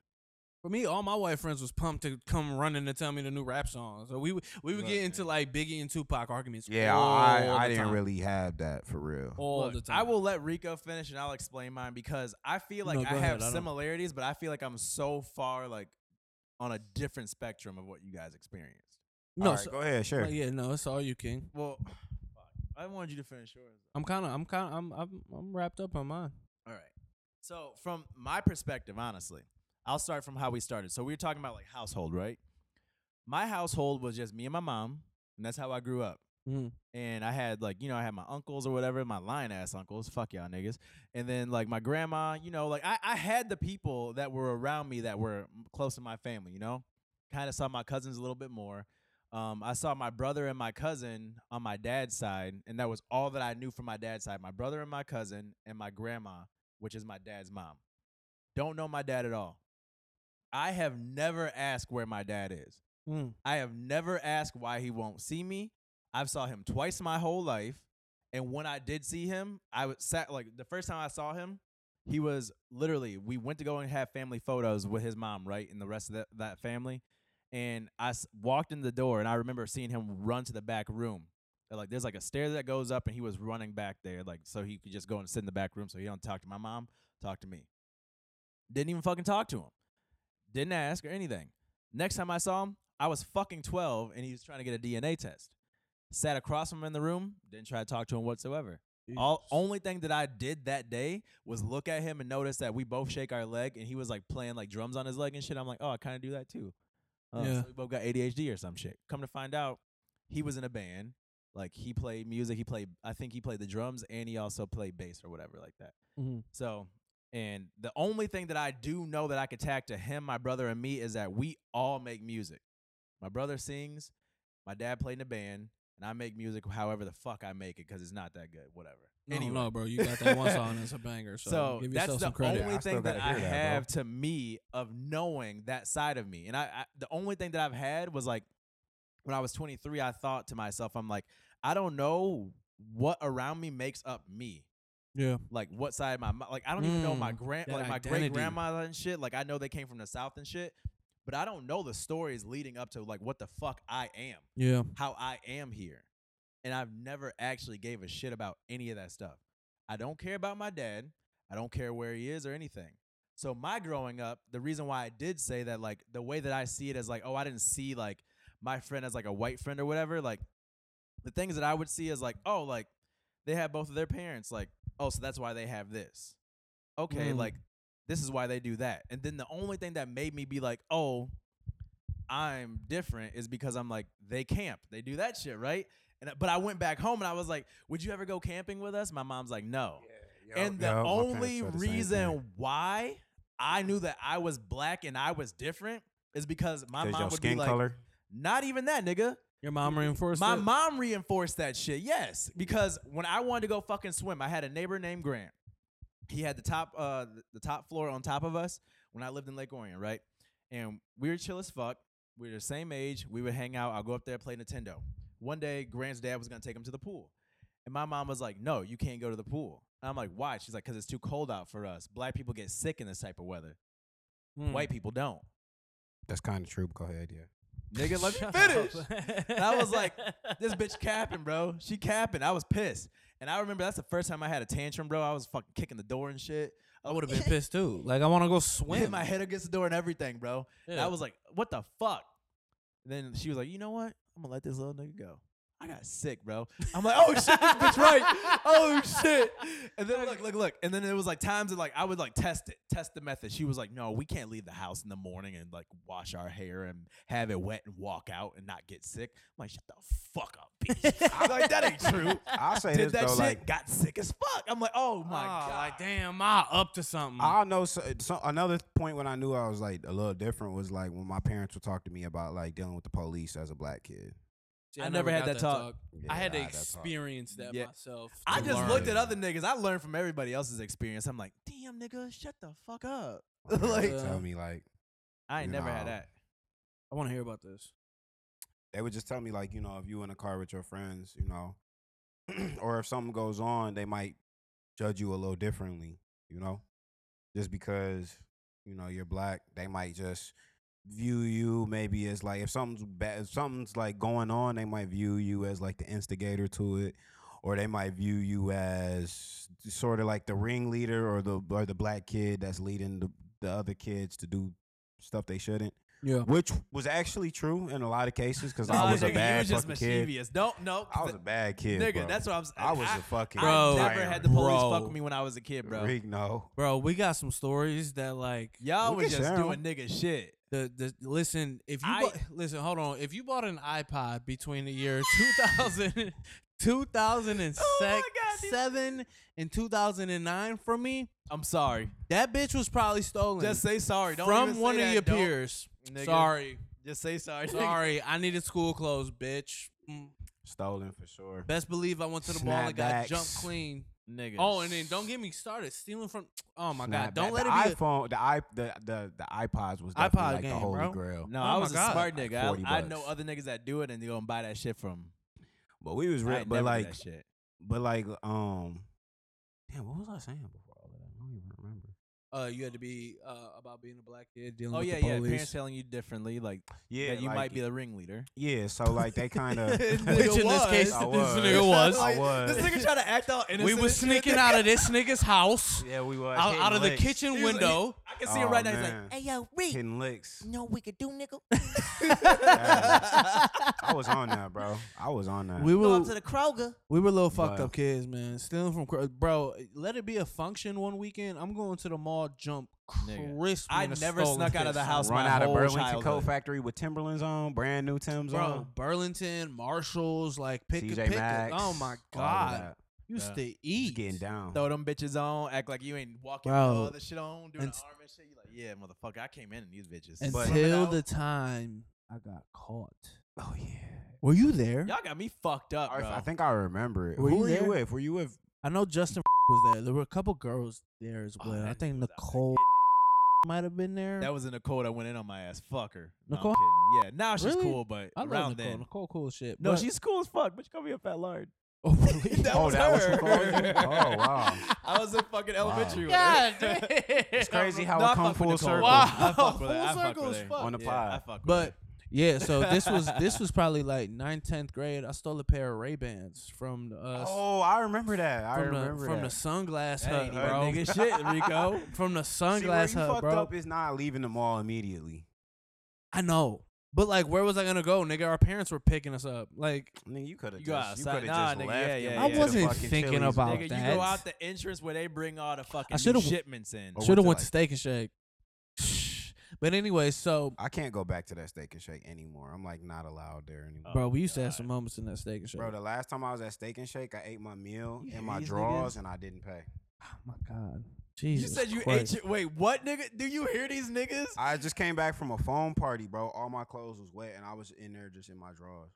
Speaker 4: For me, all my white friends was pumped to come running to tell me the new rap songs. So we would we would
Speaker 2: Look,
Speaker 4: get into like Biggie and Tupac arguments.
Speaker 2: Yeah,
Speaker 4: all
Speaker 2: I
Speaker 4: the
Speaker 2: I didn't
Speaker 4: time.
Speaker 2: really have that for real.
Speaker 4: all
Speaker 3: Look,
Speaker 4: the time.
Speaker 3: I will let Rico finish and I'll explain mine because I feel like
Speaker 4: No,
Speaker 3: I
Speaker 4: go ahead,
Speaker 3: have
Speaker 4: I don't-
Speaker 3: similarities, but I feel like I'm so far like on a different spectrum of what you guys experienced.
Speaker 4: no.
Speaker 2: Alright,
Speaker 4: so,
Speaker 2: go ahead, sure.
Speaker 4: like, yeah, no. It's all you, King.
Speaker 3: Well, fuck. I wanted you to finish yours.
Speaker 4: I'm kind of, I'm kind of, I'm, I'm, I'm wrapped up on mine.
Speaker 3: All right. So from my perspective, honestly, I'll start from how we started. So we were talking about like household, right? My household was just me and my mom, and that's how I grew up.
Speaker 4: Mhm.
Speaker 3: And I had like, you know, I had my uncles or whatever, my lying ass uncles, fuck y'all niggas. And then like my grandma, you know, like I, I had the people that were around me that were m- close to my family, you know? Kind of saw my cousins a little bit more. Um, I saw my brother and my cousin on my dad's side, and that was all that I knew from my dad's side. My brother and my cousin and my grandma which is my dad's mom. Don't know my dad at all. I have never asked where my dad is.
Speaker 4: Mm.
Speaker 3: I have never asked why he won't see me. I've saw him twice my whole life And when I did see him, I was sat like the first time I saw him, he was literally we went to go and have family photos with his mom, right, and the rest of that, that family. And I s- walked in the door, and I remember seeing him run to the back room. And, Like there's like a stair that goes up, and he was running back there, like so he could just go and sit in the back room, so he don't talk to my mom, talk to me. Didn't even fucking talk to him. Didn't ask or anything. Next time I saw him, I was fucking 12 and he was trying to get a DNA test. Sat across from him in the room, didn't try to talk to him whatsoever. All only thing that I did that day was look at him and notice that we both shake our leg and he was like playing like drums on his leg and shit. I'm like, oh, I kind of do that too. Uh,
Speaker 4: Yeah.
Speaker 3: so we both got ADHD or some shit. Come to find out, he was in a band. Like he played music. He played. I think he played the drums and he also played bass or whatever like that.
Speaker 4: Mhm.
Speaker 3: So, and the only thing that I do know that I could tag to him, my brother, and me is that we all make music. My brother sings. My dad played in a band, and I make music however the fuck I make it because it's not that good. Whatever.
Speaker 4: I don't know, bro. You got that one song that's a banger. So,
Speaker 3: So
Speaker 4: give
Speaker 3: that's
Speaker 4: yourself
Speaker 3: the
Speaker 4: some credit.
Speaker 3: only
Speaker 2: I still
Speaker 3: thing that
Speaker 2: gotta
Speaker 3: I
Speaker 2: hear that, bro.
Speaker 3: have to me of knowing that side of me. And I, I the only thing that I've had was like when I was 23, I thought to myself, I'm like, I don't know what around me makes up me.
Speaker 4: Yeah.
Speaker 3: Like what side of my mo- like I don't even know my
Speaker 4: Mm,
Speaker 3: grand
Speaker 4: that
Speaker 3: like my
Speaker 4: identity.
Speaker 3: great grandma and shit. Like I know they came from the south and shit, but I don't know the stories leading up to like what the fuck I am
Speaker 4: Yeah.
Speaker 3: how I am here. And I've never actually gave a shit about any of that stuff. I don't care about my dad. I don't care where he is or anything. So my growing up, the reason why I did say that like the way that I see it as like, oh, I didn't see like my friend as like a white friend or whatever, like the things that I would see is like, oh, like they have both of their parents, like, oh, so that's why they have this. Okay,
Speaker 4: Mm.
Speaker 3: like this is why they do that. And then the only thing that made me be like, oh, I'm different is because I'm like they camp, they do that shit, right? And I- but I went back home and I was like, would you ever go camping with us? My mom's like, no. and the only reason why I knew that I was black and I was different is because my
Speaker 2: Because
Speaker 3: mom
Speaker 2: your
Speaker 3: would be
Speaker 2: skin
Speaker 3: like,
Speaker 2: color.
Speaker 3: not even that, nigga.
Speaker 4: Your mom reinforced
Speaker 3: Mm. My
Speaker 4: it?
Speaker 3: mom reinforced that shit. Yes, because when I wanted to go fucking swim, I had a neighbor named Grant. He had the top uh th- the top floor on top of us when I lived in Lake Orion, right? And we were chill as fuck. We were the same age. We would hang out. I'll go up there play Nintendo. One day, Grant's dad was gonna take him to the pool, and my mom was like, "No, you can't go to the pool." And I'm like, "Why?" She's like, "Cause it's too cold out for us. Black people get sick in this type of weather.
Speaker 4: Mm.
Speaker 3: White people don't."
Speaker 2: That's kind of true. Go ahead, yeah.
Speaker 3: Nigga, let
Speaker 4: Shut
Speaker 3: me finish.
Speaker 4: up.
Speaker 3: And I was like, this bitch capping, bro. She capping. I was pissed. And I remember that's the first time I had a tantrum, bro. I was fucking kicking the door and shit.
Speaker 4: I would have been pissed too. Like I want to go
Speaker 3: Hit
Speaker 4: swim.
Speaker 3: my head against the door and everything, bro. And
Speaker 4: Yeah.
Speaker 3: I was like, what the fuck? And then she was like, you know what? I'm gonna let this little nigga go. I got sick, bro. I'm like, oh shit, this bitch right. Oh shit. And then look, look, look. And then it was like times that like I would like test it, test the method. She was like, no, we can't leave the house in the morning and like wash our hair and have it wet and walk out and not get sick. I'm like, shut the fuck up, bitch. I'm like, that ain't true.
Speaker 2: I'll say
Speaker 3: Did
Speaker 2: this
Speaker 3: that
Speaker 2: though,
Speaker 3: shit,
Speaker 2: like
Speaker 3: got sick as fuck. I'm like, oh my
Speaker 4: Ah,
Speaker 3: god.
Speaker 4: Like damn, ma up to something.
Speaker 2: I know. So, so another point when I knew I was like a little different was like when my parents would talk to me about like dealing with the police as a black kid.
Speaker 4: See,
Speaker 3: I never had
Speaker 4: got
Speaker 3: that talk.
Speaker 2: Yeah,
Speaker 4: I had to
Speaker 2: that talk.
Speaker 4: experience that
Speaker 3: Yeah.
Speaker 4: myself.
Speaker 3: I
Speaker 4: to
Speaker 3: just
Speaker 4: learn.
Speaker 3: looked at other niggas. I learned from everybody else's experience. I'm like, damn, nigga, shut the fuck up.
Speaker 2: My parents
Speaker 4: like-
Speaker 2: would tell me like
Speaker 3: I ain't never had
Speaker 2: No.
Speaker 3: that.
Speaker 4: I want to hear about this.
Speaker 2: they would just tell me like you know if you in a car with your friends you know or if something goes on they might judge you a little differently you know just because you know you're black they might just view you maybe as like if something's bad if something's like going on they might view you as like the instigator to it or they might view you as sort of like the ringleader or the or the black kid that's leading the, the other kids to do stuff they shouldn't
Speaker 4: Yeah.
Speaker 2: which was actually true in a lot of cases because
Speaker 3: Nah,
Speaker 2: I was a
Speaker 3: nigga,
Speaker 2: bad
Speaker 3: you was just
Speaker 2: fucking kid.
Speaker 3: mischievous. Don't no.
Speaker 2: I was a bad kid,
Speaker 3: nigga.
Speaker 2: bro.
Speaker 3: That's what I'm saying.
Speaker 2: I was a fucking
Speaker 4: Bro.
Speaker 3: I never
Speaker 2: tyrant.
Speaker 3: had the police
Speaker 4: Bro.
Speaker 3: fuck with me when I was a kid, bro.
Speaker 2: Rick, no.
Speaker 4: Bro, we got some stories that like
Speaker 3: Y'all
Speaker 2: We
Speaker 3: was
Speaker 2: can
Speaker 3: just
Speaker 2: share
Speaker 3: doing nigga shit.
Speaker 4: the, the listen, if you
Speaker 3: I-
Speaker 4: bought, listen, hold on. If you bought an iPod between the year 2000 2007
Speaker 3: God, these-
Speaker 4: and 2009 from me,
Speaker 3: I'm sorry.
Speaker 4: that bitch was probably stolen
Speaker 3: Just say sorry. Don't
Speaker 4: from
Speaker 3: even say
Speaker 4: one of
Speaker 3: that.
Speaker 4: your
Speaker 3: Don't-
Speaker 4: peers.
Speaker 3: Nigga.
Speaker 4: Sorry.
Speaker 3: Just say sorry. nigga.
Speaker 4: Sorry, I needed school clothes, bitch. Mm.
Speaker 2: Stolen for sure.
Speaker 4: Best believe I went to the mall and got jumped
Speaker 2: Snapbacks.
Speaker 4: clean.
Speaker 3: nigga.
Speaker 4: Oh, and then don't get me started stealing from. Oh my god,
Speaker 2: Snapback.
Speaker 4: don't let
Speaker 2: the
Speaker 4: it be. a-
Speaker 2: iPhone, the, i the the the iPods was definitely
Speaker 4: iPod
Speaker 2: like
Speaker 4: game,
Speaker 2: the holy
Speaker 4: bro.
Speaker 2: grail.
Speaker 3: No,
Speaker 4: Oh
Speaker 3: I
Speaker 4: my
Speaker 3: was a
Speaker 4: God.
Speaker 3: smart nigga.
Speaker 2: 40
Speaker 3: I, I
Speaker 2: bucks.
Speaker 3: know other niggas that do it and they go and buy that shit from. 'em.
Speaker 2: But we was
Speaker 3: I
Speaker 2: real.
Speaker 3: ain't
Speaker 2: But
Speaker 3: never do
Speaker 2: like
Speaker 3: that shit.
Speaker 2: But like, um, damn, what was I saying before all that? I don't even remember.
Speaker 4: Uh, you had to be uh, about being a black kid dealing
Speaker 3: Oh
Speaker 4: with
Speaker 3: yeah,
Speaker 4: the
Speaker 3: yeah.
Speaker 4: police.
Speaker 3: Parents telling you differently, like
Speaker 2: Yeah,
Speaker 3: that you
Speaker 2: like-
Speaker 3: might be the ringleader.
Speaker 2: Yeah, so like they kind of.
Speaker 4: Which in this case,
Speaker 2: I
Speaker 4: this
Speaker 2: was.
Speaker 4: nigga was.
Speaker 2: I was.
Speaker 3: This nigga trying to act out innocent.
Speaker 4: we was
Speaker 3: and shit.
Speaker 4: sneaking out of this nigga's house,
Speaker 2: yeah, we was
Speaker 4: out,
Speaker 2: hitting
Speaker 4: out of the
Speaker 2: licks. Oh,
Speaker 4: kitchen
Speaker 3: He was like-
Speaker 4: window.
Speaker 3: I can see it right now. He's like,
Speaker 2: man,
Speaker 5: Hey, yo, Reed.
Speaker 2: hitting licks.
Speaker 5: You know what we could do, nigga?
Speaker 2: Yeah. I was on that, bro. I was on that.
Speaker 4: we
Speaker 5: Go
Speaker 4: were
Speaker 5: up to the Kroger.
Speaker 4: we were little fucked
Speaker 2: Wow.
Speaker 4: up kids, man. Stealing from cr- bro. Let it be a function one weekend. I'm going to the mall, jump
Speaker 3: Nigga.
Speaker 4: crisp.
Speaker 3: I
Speaker 4: in a
Speaker 3: never
Speaker 4: stolen
Speaker 3: snuck out of the
Speaker 4: fist.
Speaker 3: house
Speaker 2: Run
Speaker 3: my
Speaker 2: out of
Speaker 3: whole
Speaker 2: Burlington
Speaker 3: childhood.
Speaker 2: Coat Factory with Timberlands on, brand new Timbs
Speaker 4: bro.
Speaker 2: on.
Speaker 4: Burlington, Marshalls, like pick a
Speaker 2: TJ
Speaker 4: pick. a
Speaker 2: Maxx.
Speaker 4: Oh my
Speaker 2: all of
Speaker 4: god,
Speaker 2: that.
Speaker 4: used
Speaker 3: Yeah.
Speaker 4: to
Speaker 2: Just
Speaker 4: eat.
Speaker 2: getting down.
Speaker 3: Throw them bitches on, act like you ain't walking
Speaker 4: Bro.
Speaker 3: with all the shit on, doing
Speaker 4: And
Speaker 3: the
Speaker 4: s-
Speaker 3: arm and shit. You like, yeah, motherfucker, I came in and these bitches.
Speaker 2: But-
Speaker 4: Until the time I got caught.
Speaker 2: Oh yeah.
Speaker 4: Were you there?
Speaker 3: y'all got me fucked up, bro.
Speaker 2: I, I think I remember it.
Speaker 4: Were
Speaker 2: Who
Speaker 4: you
Speaker 2: were
Speaker 4: there?
Speaker 2: you with? Were you with?
Speaker 4: I know Justin was there. There were a couple girls there as
Speaker 3: Oh,
Speaker 4: well. I
Speaker 3: that
Speaker 4: think
Speaker 3: dude was out there
Speaker 4: Nicole
Speaker 3: getting it.
Speaker 4: might have been there.
Speaker 3: That was a Nicole that went in on my ass. Fuck her. No, I'm
Speaker 4: Nicole?
Speaker 3: kidding. Yeah, now she's
Speaker 4: Really?
Speaker 3: cool, but
Speaker 4: I love
Speaker 3: around
Speaker 4: Nicole.
Speaker 3: then.
Speaker 4: Nicole cool as shit.
Speaker 3: No,
Speaker 4: but-
Speaker 3: she's cool as fuck, but she called me a fat lard.
Speaker 4: Oh, really?
Speaker 3: that
Speaker 2: oh,
Speaker 3: was
Speaker 2: that
Speaker 3: her.
Speaker 2: was Nicole. oh wow.
Speaker 3: I was in fucking elementary with her.
Speaker 4: God damn.
Speaker 2: It's crazy how
Speaker 3: No, I
Speaker 2: it come
Speaker 3: fuck with
Speaker 2: full
Speaker 3: Nicole.
Speaker 2: circle.
Speaker 4: Wow.
Speaker 3: I fuck with her.
Speaker 4: Full
Speaker 3: I fuck
Speaker 4: circle
Speaker 3: with
Speaker 4: as
Speaker 3: her.
Speaker 4: fuck.
Speaker 2: On the
Speaker 3: Yeah,
Speaker 2: pod.
Speaker 3: I fuck with
Speaker 4: But
Speaker 3: her.
Speaker 4: yeah, so this was this was probably like 9th, 10th grade. I stole a pair of Ray Bans from the uh, s-
Speaker 2: Oh, I remember that. I
Speaker 4: from the
Speaker 2: remember
Speaker 4: from the
Speaker 2: that.
Speaker 4: sunglass
Speaker 3: That
Speaker 4: hut,
Speaker 3: ain't
Speaker 4: bro.
Speaker 3: even nigga shit, Rico.
Speaker 4: From the
Speaker 2: See, where you
Speaker 4: sunglass hut,
Speaker 2: fucked
Speaker 4: bro.
Speaker 2: up is not leaving the mall immediately.
Speaker 4: I know, but like, where was I gonna go, nigga? Our parents were picking us up. Like,
Speaker 2: Nigga, you could have
Speaker 3: You go
Speaker 2: just, you
Speaker 3: outside-
Speaker 2: could have
Speaker 3: nah,
Speaker 2: just
Speaker 3: nigga,
Speaker 2: left.
Speaker 3: yeah,
Speaker 2: and
Speaker 3: yeah,
Speaker 2: went
Speaker 3: yeah. I
Speaker 2: to the
Speaker 4: wasn't
Speaker 2: fucking
Speaker 4: thinking
Speaker 2: Chili's,
Speaker 4: about
Speaker 2: nigga.
Speaker 3: Nigga, you
Speaker 4: that.
Speaker 3: go out the entrance where they bring all the fucking new
Speaker 4: should've-
Speaker 3: shipments in.
Speaker 2: Or
Speaker 4: should have
Speaker 2: went
Speaker 4: went
Speaker 2: to,
Speaker 4: to Steak and Shake. But anyway, so
Speaker 2: I can't go back to that Steak and Shake anymore. I'm like not allowed there anymore.
Speaker 4: bro, we used to have
Speaker 3: God.
Speaker 4: some moments in that Steak and Shake.
Speaker 2: Bro, the last time I was at Steak and Shake, I ate my meal
Speaker 4: You
Speaker 2: and my
Speaker 4: these
Speaker 2: drawers,
Speaker 4: niggas.
Speaker 2: and I didn't pay.
Speaker 4: oh my god,
Speaker 3: You
Speaker 4: Jesus
Speaker 3: said you
Speaker 4: Christ.
Speaker 3: ate your, wait, what nigga? Do you hear these niggas?
Speaker 2: I just came back from a phone party, bro. All my clothes was wet, and I was in there just in my drawers.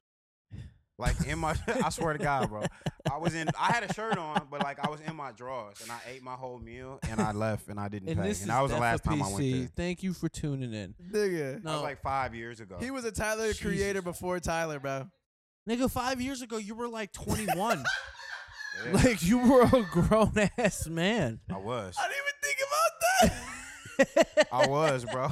Speaker 2: Like in my, I swear to God, bro. I was in. I had a shirt on, but like I was in my drawers, and I ate my whole meal, and I left, and I didn't
Speaker 4: And
Speaker 2: pay.
Speaker 4: this
Speaker 2: And
Speaker 4: is
Speaker 2: that was the
Speaker 4: Defa
Speaker 2: last time I went
Speaker 4: PC.
Speaker 2: there.
Speaker 4: Thank you for tuning in.
Speaker 3: Nigga.
Speaker 4: No,
Speaker 2: That was like five years ago.
Speaker 3: He was a Tyler the creator
Speaker 4: Jesus.
Speaker 3: before Tyler, bro.
Speaker 4: nigga, five years ago you were like 21.
Speaker 2: Yeah,
Speaker 4: like you were a grown ass man.
Speaker 2: I was.
Speaker 3: I didn't even think about that.
Speaker 2: I was, bro.